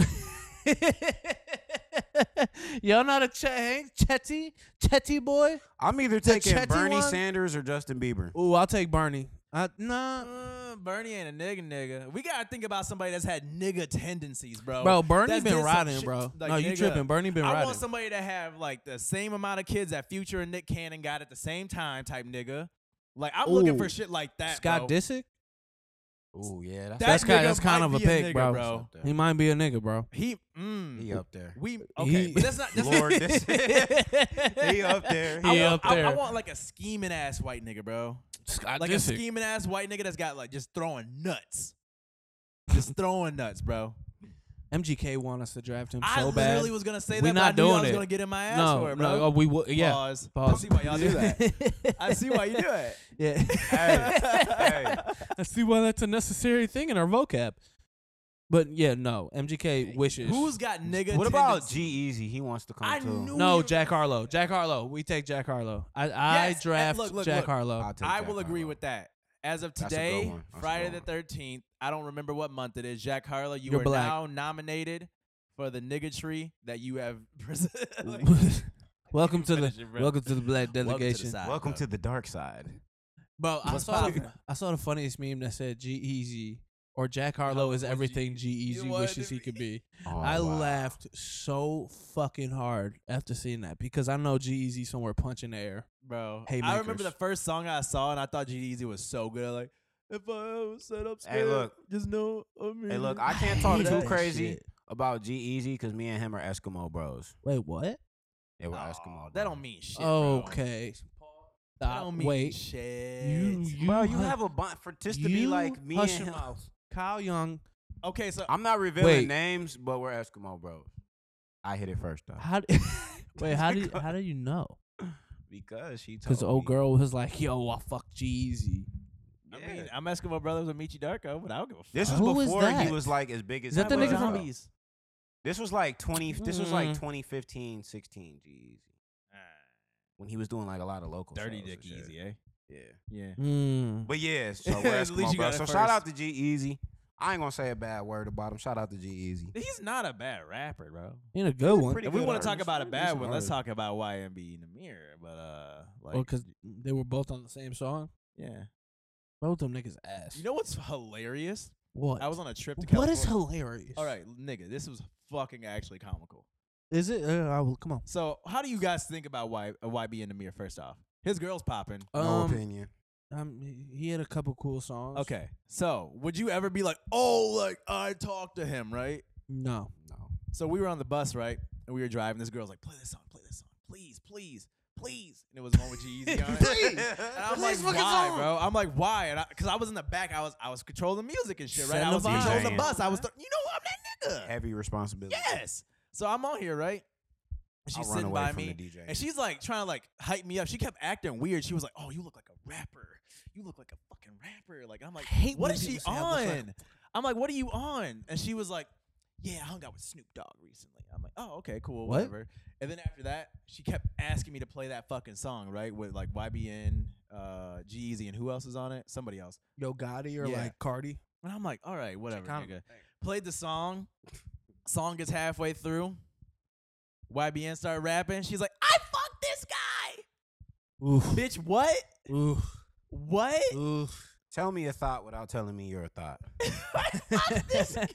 Speaker 4: Y'all not a Chet Hanks? Chetty? Chetty boy?
Speaker 2: I'm either
Speaker 4: The
Speaker 2: taking
Speaker 4: Chetty
Speaker 2: Bernie
Speaker 4: one?
Speaker 2: Sanders or Justin Bieber.
Speaker 4: Ooh, I'll take Bernie. I, nah.
Speaker 3: Uh, Bernie ain't a nigga, nigga. We gotta think about somebody that's had nigga tendencies, bro.
Speaker 4: Bro, Bernie
Speaker 3: That's
Speaker 4: been
Speaker 3: did some
Speaker 4: riding,
Speaker 3: shit,
Speaker 4: bro.
Speaker 3: like,
Speaker 4: no, you
Speaker 3: nigga,
Speaker 4: tripping. Bernie been
Speaker 3: I
Speaker 4: riding.
Speaker 3: want somebody to have like the same amount of kids that Future and Nick Cannon got at the same time, type nigga. Like I'm looking for
Speaker 4: Ooh.
Speaker 3: shit like that.
Speaker 4: Scott
Speaker 3: bro.
Speaker 4: Disick?
Speaker 2: Oh yeah, that's,
Speaker 3: That
Speaker 4: That's,
Speaker 3: nigga
Speaker 4: kind, that's kind
Speaker 3: might
Speaker 4: of a
Speaker 3: be a
Speaker 4: pick,
Speaker 3: nigga,
Speaker 4: bro.
Speaker 3: bro.
Speaker 4: He might be a nigga, bro.
Speaker 3: He, mm,
Speaker 2: he up there.
Speaker 3: we okay,
Speaker 4: He-
Speaker 3: but that's not. That's
Speaker 2: Lord,
Speaker 3: not,
Speaker 2: this he up there.
Speaker 4: He
Speaker 3: I, want,
Speaker 4: up
Speaker 3: I- I,
Speaker 4: there.
Speaker 3: want like a scheming ass white nigga, bro.
Speaker 4: Scott
Speaker 3: Like a
Speaker 4: Disick.
Speaker 3: scheming ass white nigga that's got like just throwing nuts, just throwing nuts, bro.
Speaker 4: MGK want us to draft him
Speaker 3: I
Speaker 4: so bad.
Speaker 3: literally was gonna say that.
Speaker 4: We
Speaker 3: but I
Speaker 4: not
Speaker 3: knew y'all
Speaker 4: doing
Speaker 3: was
Speaker 4: it.
Speaker 3: gonna get in my ass for
Speaker 4: no,
Speaker 3: it, bro.
Speaker 4: no, oh, we would. Yeah.
Speaker 3: Pause. I
Speaker 4: Pause.
Speaker 3: see why y'all do that. I see why you do it.
Speaker 4: yeah.
Speaker 2: hey, hey,
Speaker 4: I see why that's a necessary thing in our vocab. But yeah, no. MGK wishes.
Speaker 3: Who's got nigga?
Speaker 2: what about
Speaker 3: tendencies?
Speaker 2: G Easy? He wants to come
Speaker 3: I
Speaker 2: too.
Speaker 3: knew-
Speaker 4: no Jack Harlow? Jack Harlow. We take Jack Harlow. I, I
Speaker 3: Yes, eh,
Speaker 4: draft
Speaker 3: look, look,
Speaker 4: Jack
Speaker 3: look.
Speaker 4: Harlow.
Speaker 2: I'll take
Speaker 3: I
Speaker 2: Jack
Speaker 3: will agree
Speaker 2: Harlow.
Speaker 3: with that. As of
Speaker 2: That's a good
Speaker 3: today,
Speaker 2: one. That's a
Speaker 3: Friday
Speaker 2: good
Speaker 3: the thirteenth. I don't remember what month it is. Jack Harlow, you
Speaker 4: You're
Speaker 3: are
Speaker 4: black.
Speaker 3: now nominated for the nigga tree that you have. presented.
Speaker 4: welcome to the
Speaker 3: Finish it, bro.
Speaker 4: welcome to the black delegation,
Speaker 3: side,
Speaker 2: Welcome
Speaker 3: bro.
Speaker 2: to the dark side.
Speaker 4: bro. I
Speaker 3: What's
Speaker 4: saw the,
Speaker 3: poppin'?
Speaker 4: I saw the funniest meme that said G Easy or Jack Harlow is
Speaker 3: was
Speaker 4: everything G Easy
Speaker 3: You wanted
Speaker 4: wishes
Speaker 3: to
Speaker 4: he
Speaker 3: be-
Speaker 4: could be.
Speaker 2: Oh,
Speaker 4: I
Speaker 2: wow.
Speaker 4: laughed so fucking hard after seeing that because I know G Easy somewhere punching the air.
Speaker 3: bro. I remember
Speaker 4: Haymakers.
Speaker 3: the first song I saw, and I thought G Easy was so good. Like, if I ever set up,
Speaker 2: Hey, look.
Speaker 3: just know I'm
Speaker 2: Hey, look,
Speaker 3: here."
Speaker 2: I can't talk
Speaker 4: hate
Speaker 2: too
Speaker 4: that
Speaker 2: crazy
Speaker 4: shit.
Speaker 2: about G Easy because me and him are Eskimo bros.
Speaker 4: Wait, what?
Speaker 2: Yeah, we're
Speaker 3: Aw,
Speaker 2: Eskimo.
Speaker 3: Oh, That
Speaker 2: bros.
Speaker 3: don't mean shit. bro.
Speaker 4: okay.
Speaker 3: That
Speaker 4: Stop.
Speaker 3: don't mean
Speaker 4: Wait.
Speaker 3: shit.
Speaker 4: You, you,
Speaker 2: Bro, you
Speaker 4: hu-
Speaker 2: have a bunch for just to be
Speaker 4: you
Speaker 2: like me and
Speaker 4: hush your
Speaker 2: him.
Speaker 4: mouth. Kyle Young.
Speaker 3: okay, so
Speaker 2: I'm not revealing
Speaker 4: Wait.
Speaker 2: names, but we're Eskimo bros. I hit it first though.
Speaker 4: How? d- wait, how do you, how do you know?
Speaker 2: Because she told
Speaker 4: Because the old
Speaker 2: me.
Speaker 4: girl was like, "Yo, I fuck Jeezy."
Speaker 3: I
Speaker 2: Yeah.
Speaker 3: mean, I'm Eskimo Brothers with Michi Darko, but I don't give a fuck.
Speaker 2: This was
Speaker 4: Who is
Speaker 2: before
Speaker 4: that?
Speaker 2: he was like as big as
Speaker 4: Is that the
Speaker 2: he was
Speaker 4: nigga from-
Speaker 2: now.
Speaker 3: Zombies.
Speaker 2: This was like 20 this was like
Speaker 4: Mm.
Speaker 2: 2015, 16 G-Eazy. When he was doing like a lot of local
Speaker 3: Ah. Dirty
Speaker 2: shows
Speaker 3: Dick
Speaker 2: and shit.
Speaker 3: Easy, eh?
Speaker 2: Yeah.
Speaker 3: Yeah.
Speaker 4: Mm.
Speaker 2: But yeah, so we're
Speaker 3: At least
Speaker 2: Eskimo
Speaker 3: you
Speaker 2: bros.
Speaker 3: got
Speaker 2: So
Speaker 3: it
Speaker 2: shout
Speaker 3: first.
Speaker 2: out to G Easy. I ain't gonna say a bad word about him. Shout out to G Easy.
Speaker 3: He's not a bad rapper, bro.
Speaker 4: Ain't a good one.
Speaker 2: pretty
Speaker 3: If we
Speaker 2: good
Speaker 3: want to talk
Speaker 2: artist.
Speaker 3: about a
Speaker 2: Pretty
Speaker 3: bad
Speaker 2: decent
Speaker 3: one, let's
Speaker 2: artist.
Speaker 3: talk about YMB in the mirror. But uh, like,
Speaker 4: because Oh, they were both on the same song.
Speaker 3: yeah,
Speaker 4: Both them niggas ass.
Speaker 3: you know what's hilarious?
Speaker 4: what?
Speaker 3: I was on a trip to
Speaker 4: what
Speaker 3: California.
Speaker 4: is hilarious?
Speaker 3: All right, nigga, this was fucking actually comical.
Speaker 4: Is it? Uh, I will, come on.
Speaker 3: So, how do you guys think about y- uh, YB in the mirror? First off, his girl's popping.
Speaker 2: no
Speaker 4: Um,
Speaker 2: opinion.
Speaker 4: um, he- he had a couple cool songs.
Speaker 3: Okay, so would you ever be like, oh, like I talked to him, right?
Speaker 4: No.
Speaker 2: No.
Speaker 3: So we were on the bus, right? And we were driving. This girl's like, play this song, play this song, please, please, please. And it was the one with G-Eazy on it.
Speaker 4: Please,
Speaker 3: And I'm like, why, bro? I'm like, why? And because I, was in the back, I was I was controlling music and shit, right?
Speaker 4: Send
Speaker 3: I
Speaker 4: the
Speaker 3: was
Speaker 4: vibe.
Speaker 3: controlling the
Speaker 2: DJing.
Speaker 3: bus. I was, th- you know, I'm that nigga.
Speaker 2: Heavy responsibility.
Speaker 3: uh, Yes. So I'm on here, right? And
Speaker 2: I'll
Speaker 3: she's
Speaker 2: run
Speaker 3: sitting
Speaker 2: away
Speaker 3: by
Speaker 2: from
Speaker 3: me,
Speaker 2: the DJ.
Speaker 3: and she's like trying to like hype me up. She kept acting weird. She was like, "Oh, you look like a rapper. You look like a fucking rapper." Like I'm like,
Speaker 4: hate
Speaker 3: "What
Speaker 4: when
Speaker 3: is she
Speaker 4: people say I
Speaker 3: on?"
Speaker 4: look like a
Speaker 3: I'm like, "What are you on?" And she was like, "Yeah, I hung out with Snoop Dogg recently." I'm like, "Oh, okay, cool,
Speaker 4: What?
Speaker 3: whatever." And then after that, she kept asking me to play that fucking song, right? With like YBN, uh, G-Eazy, and who else is on it? Somebody else.
Speaker 4: Yo Gotti or
Speaker 3: Yeah.
Speaker 4: like Cardi.
Speaker 3: And I'm like, all right, whatever,
Speaker 4: Chicano.
Speaker 3: nigga. Played the song. Song gets halfway through. YBN started rapping. She's like, I fucked this guy.
Speaker 4: Oof.
Speaker 3: Bitch, what?
Speaker 4: Oof.
Speaker 3: What?
Speaker 4: Oof.
Speaker 2: Tell me a thought without telling me you're a thought.
Speaker 3: I fucked this guy.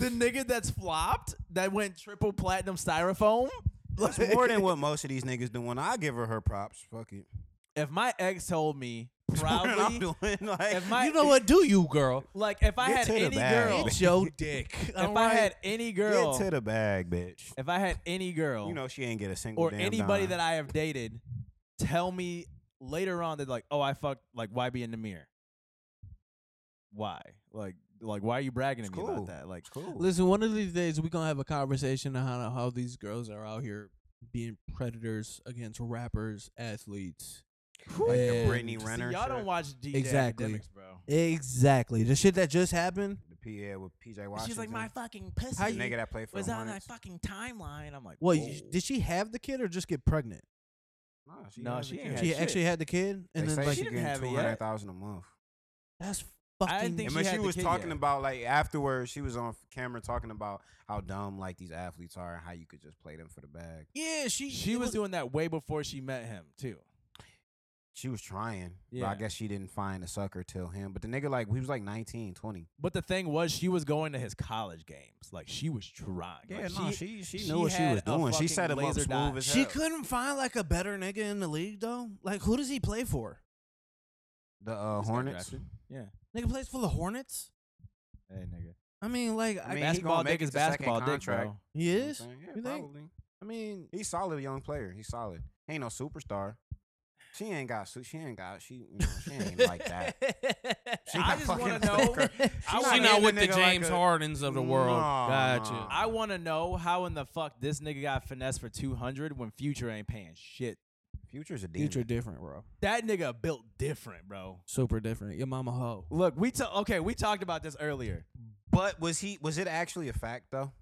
Speaker 3: the nigga that's flopped, that went triple platinum styrofoam.
Speaker 2: That's more than what most of these niggas do. When I give her her props, fuck it.
Speaker 3: If my ex told me
Speaker 2: what I'm
Speaker 3: proudly.
Speaker 2: doing. Like,
Speaker 3: If my,
Speaker 4: you know what? Do you, girl?
Speaker 3: Like if I
Speaker 2: Get
Speaker 3: had
Speaker 2: to the
Speaker 3: any
Speaker 2: bag,
Speaker 3: girl,
Speaker 2: bitch.
Speaker 4: It's your dick.
Speaker 3: if I had any girl,
Speaker 2: Get to the bag, bitch.
Speaker 3: if I had any girl,
Speaker 2: You know she ain't get a single
Speaker 3: or
Speaker 2: damn
Speaker 3: anybody
Speaker 2: dime.
Speaker 3: that I have dated, tell me later on that like, oh, I fucked like why be in the mirror? Why? Like, like why are you bragging to
Speaker 2: It's
Speaker 3: me
Speaker 2: cool.
Speaker 3: about that? Like,
Speaker 2: It's cool.
Speaker 4: Listen, one of these days we gonna have a conversation on how, how these girls are out here being predators against rappers, athletes.
Speaker 2: Like the
Speaker 4: and-
Speaker 2: Brittany
Speaker 3: see,
Speaker 2: Renner.
Speaker 3: y'all
Speaker 2: shit.
Speaker 3: don't watch DJ
Speaker 4: Exactly.
Speaker 3: Academics, bro.
Speaker 4: Exactly, the shit that just happened.
Speaker 2: the PA with PJ Washington.
Speaker 5: She's like, my fucking
Speaker 2: The
Speaker 5: pussy
Speaker 2: nigga that played for
Speaker 5: was
Speaker 2: the
Speaker 5: on that
Speaker 2: Hornets.
Speaker 5: fucking timeline. I'm like,
Speaker 4: Well,
Speaker 5: whoa.
Speaker 4: you, did she have the kid or just get pregnant?
Speaker 2: Nah,
Speaker 3: No,
Speaker 2: has a
Speaker 3: she
Speaker 2: kid.
Speaker 3: ain't Yeah,
Speaker 4: she
Speaker 3: shit.
Speaker 4: actually had the kid, and
Speaker 2: they
Speaker 4: then
Speaker 2: say
Speaker 4: like
Speaker 2: she
Speaker 3: she didn't
Speaker 2: getting
Speaker 3: have it yet.
Speaker 2: two hundred thousand a month.
Speaker 4: that's
Speaker 3: I
Speaker 4: fucking.
Speaker 3: didn't think
Speaker 2: And
Speaker 3: she
Speaker 2: when
Speaker 3: had
Speaker 2: she
Speaker 3: the
Speaker 2: was
Speaker 3: kid
Speaker 2: talking
Speaker 3: yet.
Speaker 2: about like afterwards, she was on camera talking about how dumb like these athletes are and how you could just play them for the bag.
Speaker 4: yeah, she
Speaker 3: She
Speaker 4: it
Speaker 3: was doing that way before she met him too.
Speaker 2: She was trying, but I
Speaker 3: Yeah.
Speaker 2: guess she didn't find a sucker till him. But the nigga like he was like 19, 20.
Speaker 3: But the thing was, she was going to his college games. Like she was trying. Like,
Speaker 2: she
Speaker 3: she had
Speaker 2: She
Speaker 3: a fucking
Speaker 2: set him up
Speaker 3: laser
Speaker 2: smooth
Speaker 3: dot.
Speaker 2: as
Speaker 4: She
Speaker 2: hell.
Speaker 4: couldn't find like a better nigga in the league though. Like, who does he play for?
Speaker 2: The uh,
Speaker 3: He's got
Speaker 2: Hornets.
Speaker 3: drafted. Yeah.
Speaker 4: Nigga plays for the Hornets.
Speaker 3: Hey nigga.
Speaker 4: I mean, like,
Speaker 2: I mean,
Speaker 4: I,
Speaker 2: he gonna
Speaker 3: basketball
Speaker 2: make
Speaker 3: dick
Speaker 2: it
Speaker 3: is
Speaker 2: to second
Speaker 3: basketball dick,
Speaker 2: contract.
Speaker 3: bro.
Speaker 4: he
Speaker 2: You know what I'm
Speaker 4: is.
Speaker 2: saying? Yeah,
Speaker 4: You think?
Speaker 2: probably.
Speaker 4: I mean,
Speaker 2: He's solid young player. He's solid. He ain't no superstar. She ain't got su- she ain't got she you know, she ain't like that. She
Speaker 3: I
Speaker 2: got
Speaker 3: just
Speaker 2: fucking
Speaker 3: want to
Speaker 2: Steph
Speaker 3: know.
Speaker 2: Curry.
Speaker 3: I
Speaker 4: she
Speaker 3: wanna
Speaker 4: not
Speaker 2: hit
Speaker 4: with
Speaker 2: the
Speaker 4: the
Speaker 2: nigga like
Speaker 4: James
Speaker 2: a-
Speaker 4: Hardens of the world.
Speaker 2: Nah,
Speaker 4: gotcha.
Speaker 2: nah.
Speaker 3: I want to know how in the fuck this nigga got finessed for 200 when Future ain't paying shit.
Speaker 2: Future's a demon.
Speaker 4: Future different, bro.
Speaker 3: That nigga built different, bro.
Speaker 4: Super different. Your mama hoe.
Speaker 3: Look, we ta- okay, we talked about this earlier.
Speaker 2: But was he was it actually a fact though?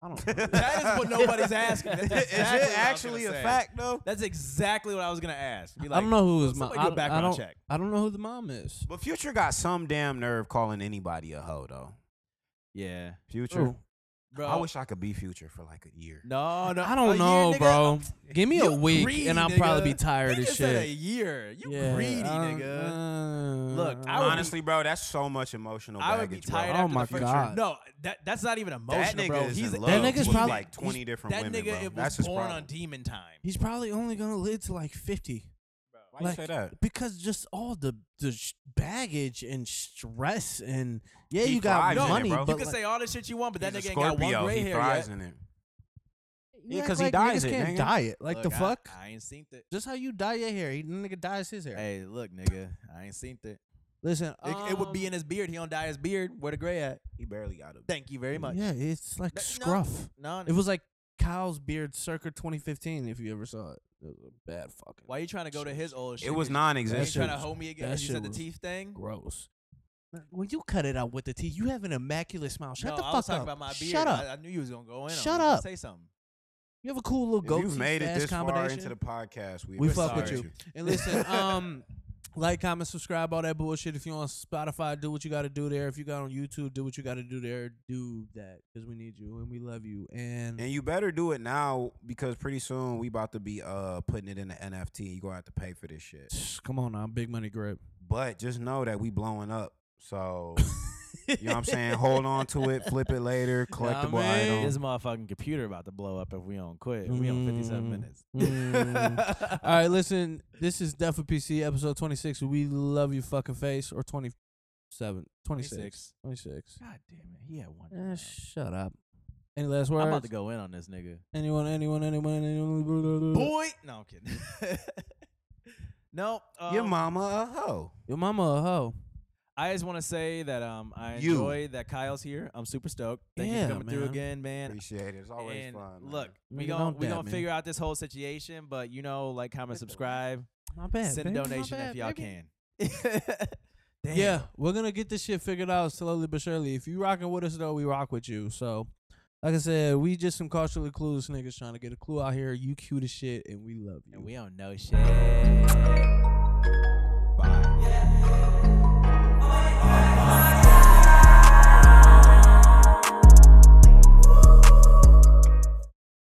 Speaker 4: I don't.
Speaker 3: That is what nobody's asking. That's exactly
Speaker 2: Is
Speaker 3: what I was
Speaker 2: it
Speaker 3: gonna
Speaker 2: actually a
Speaker 3: say.
Speaker 2: fact though?
Speaker 3: That's exactly what I was gonna ask. Be
Speaker 4: I
Speaker 3: like,
Speaker 4: don't know who his mom.
Speaker 3: somebody
Speaker 4: I,
Speaker 3: do a
Speaker 4: I
Speaker 3: background
Speaker 4: don't.
Speaker 3: check.
Speaker 4: I don't know who the mom is.
Speaker 2: But Future got some damn nerve calling anybody a hoe though.
Speaker 3: Yeah,
Speaker 2: Future.
Speaker 4: Ooh.
Speaker 3: bro.
Speaker 2: I wish I could be Future for like a year.
Speaker 3: no, no.
Speaker 4: I
Speaker 3: a
Speaker 4: don't
Speaker 3: year,
Speaker 4: know,
Speaker 3: nigga.
Speaker 4: bro. Give me a
Speaker 3: You
Speaker 4: week,
Speaker 3: greedy,
Speaker 4: and I'll
Speaker 3: nigga.
Speaker 4: probably be tired
Speaker 3: He
Speaker 4: as
Speaker 3: just said a
Speaker 4: shit.
Speaker 3: year. You
Speaker 4: yeah,
Speaker 3: greedy,
Speaker 4: uh,
Speaker 3: nigga.
Speaker 4: uh,
Speaker 3: Look, I would be-
Speaker 2: Honestly, bro, that's so much emotional
Speaker 3: I
Speaker 2: baggage.
Speaker 3: would be tired
Speaker 4: Oh
Speaker 2: bro.
Speaker 3: after
Speaker 4: my
Speaker 3: the first
Speaker 4: God.
Speaker 3: No, that that's not even
Speaker 2: That
Speaker 3: emotional,
Speaker 2: nigga
Speaker 3: bro.
Speaker 2: is
Speaker 3: He's
Speaker 2: in
Speaker 3: that
Speaker 2: love
Speaker 4: nigga's
Speaker 2: with
Speaker 4: probably-
Speaker 2: like twenty different
Speaker 3: that
Speaker 2: women,
Speaker 3: nigga
Speaker 2: bro.
Speaker 3: it
Speaker 2: That's his
Speaker 3: was born
Speaker 2: problem.
Speaker 3: on demon time.
Speaker 4: he's probably only gonna live to like fifty.
Speaker 2: Why you
Speaker 4: like-
Speaker 2: say that?
Speaker 4: because just all the the sh- baggage and stress and yeah,
Speaker 2: He
Speaker 4: you got
Speaker 2: thrives in it,
Speaker 4: money,
Speaker 2: bro. You
Speaker 4: but
Speaker 3: you can
Speaker 4: like,
Speaker 3: say all the shit you want, but that
Speaker 2: He's
Speaker 3: nigga
Speaker 2: a
Speaker 3: ain't got one
Speaker 2: Scorpio.
Speaker 3: gray
Speaker 2: He
Speaker 3: hair
Speaker 2: thrives
Speaker 3: yet.
Speaker 2: in it.
Speaker 4: you
Speaker 2: Yeah,
Speaker 4: act
Speaker 2: 'cause he
Speaker 4: like
Speaker 2: dyes
Speaker 4: niggas
Speaker 2: it,
Speaker 4: can't
Speaker 2: nigga.
Speaker 4: dye it. Like the
Speaker 3: Look, I-
Speaker 4: fuck,
Speaker 3: I, ain't seen that.
Speaker 4: just how you dye your hair, he the nigga dyes his hair.
Speaker 3: Hey, look, nigga, I ain't seen that.
Speaker 4: Listen,
Speaker 3: It, it would be
Speaker 4: um,
Speaker 3: in his beard. He don't dye his beard. Where the gray at?
Speaker 2: He barely got it.
Speaker 3: Thank you very much.
Speaker 4: Yeah, it's like
Speaker 3: No, no.
Speaker 4: scruff.
Speaker 3: No, no.
Speaker 4: It was like Kyle's beard circa 2015. If you ever saw it, it was a bad fucking.
Speaker 3: Why you trying to go to his old shit?
Speaker 2: It was
Speaker 3: You-
Speaker 4: That
Speaker 3: You
Speaker 2: non-existent.
Speaker 4: shit
Speaker 3: trying to
Speaker 4: was-
Speaker 3: hold me again?
Speaker 4: that
Speaker 3: 'cause You
Speaker 4: shit
Speaker 3: said the
Speaker 4: was
Speaker 3: teeth thing.
Speaker 4: Gross. When you cut it out with the teeth, you have an immaculate smile. Shut
Speaker 3: no,
Speaker 4: the
Speaker 3: I
Speaker 4: fuck
Speaker 3: was
Speaker 4: up.
Speaker 3: talking about my beard.
Speaker 4: Shut up.
Speaker 3: I, I knew you was gonna go in. on
Speaker 4: Shut
Speaker 3: it.
Speaker 4: up.
Speaker 3: Say something.
Speaker 4: you have a cool little goatee.
Speaker 2: If you've made it
Speaker 4: fast
Speaker 2: this far
Speaker 4: combination.
Speaker 2: into the podcast, we,
Speaker 4: We
Speaker 2: we're
Speaker 4: fuck with
Speaker 2: sorry.
Speaker 4: you. And listen, um, like, comment, subscribe, all that bullshit. If you on Spotify, do what you got to do there. If you got on YouTube, do what you got to do there. Do that because we need you and we love you. And,
Speaker 2: And you better do it now because pretty soon we about to be uh putting it in the NFT. You gonna have to pay for this shit.
Speaker 4: come on now, big money grip.
Speaker 2: But just know that we blowing up. So you know what I'm saying? Hold on to it, flip it later,
Speaker 4: I
Speaker 2: collectible
Speaker 4: mean-
Speaker 2: item.
Speaker 3: This motherfucking computer about to blow up if we don't quit. We on 57
Speaker 4: Mm.
Speaker 3: minutes.
Speaker 4: Mm. all right, listen. This is Death for PC episode 26. We love you, fucking face, or 27, 26,
Speaker 3: 26.
Speaker 4: 26.
Speaker 3: God damn it. He had one.
Speaker 4: Eh,
Speaker 3: down.
Speaker 4: shut up. Any last
Speaker 3: I'm
Speaker 4: words?
Speaker 3: about to go in on this nigga.
Speaker 4: Anyone? Anyone? Anyone? Anyone?
Speaker 3: Boy. No, I'm kidding. no. Um,
Speaker 2: Your mama a hoe.
Speaker 4: Your mama a hoe.
Speaker 3: I just want to say that um, I
Speaker 2: You.
Speaker 3: enjoy that Kyle's here. I'm super stoked. Thank you
Speaker 4: Yeah,
Speaker 3: for coming through
Speaker 4: man.
Speaker 3: again, man.
Speaker 2: Appreciate it. It's always
Speaker 3: and
Speaker 2: fun. man.
Speaker 3: look, we
Speaker 4: Nigga,
Speaker 3: gon'
Speaker 4: don't
Speaker 3: we
Speaker 4: dab
Speaker 3: gonna
Speaker 4: me.
Speaker 3: figure out this whole situation, but you know, like, comment, subscribe,
Speaker 4: My bad.
Speaker 3: send a
Speaker 4: baby, my
Speaker 3: donation
Speaker 4: bad,
Speaker 3: if y'all
Speaker 4: baby.
Speaker 3: can. Damn.
Speaker 4: Yeah, we're gonna get this shit figured out slowly but surely. If you rocking with us though, we rock with you. So, like I said, we just some culturally clueless niggas trying to get a clue out here. You cute as shit, and we love you.
Speaker 3: and we don't know shit.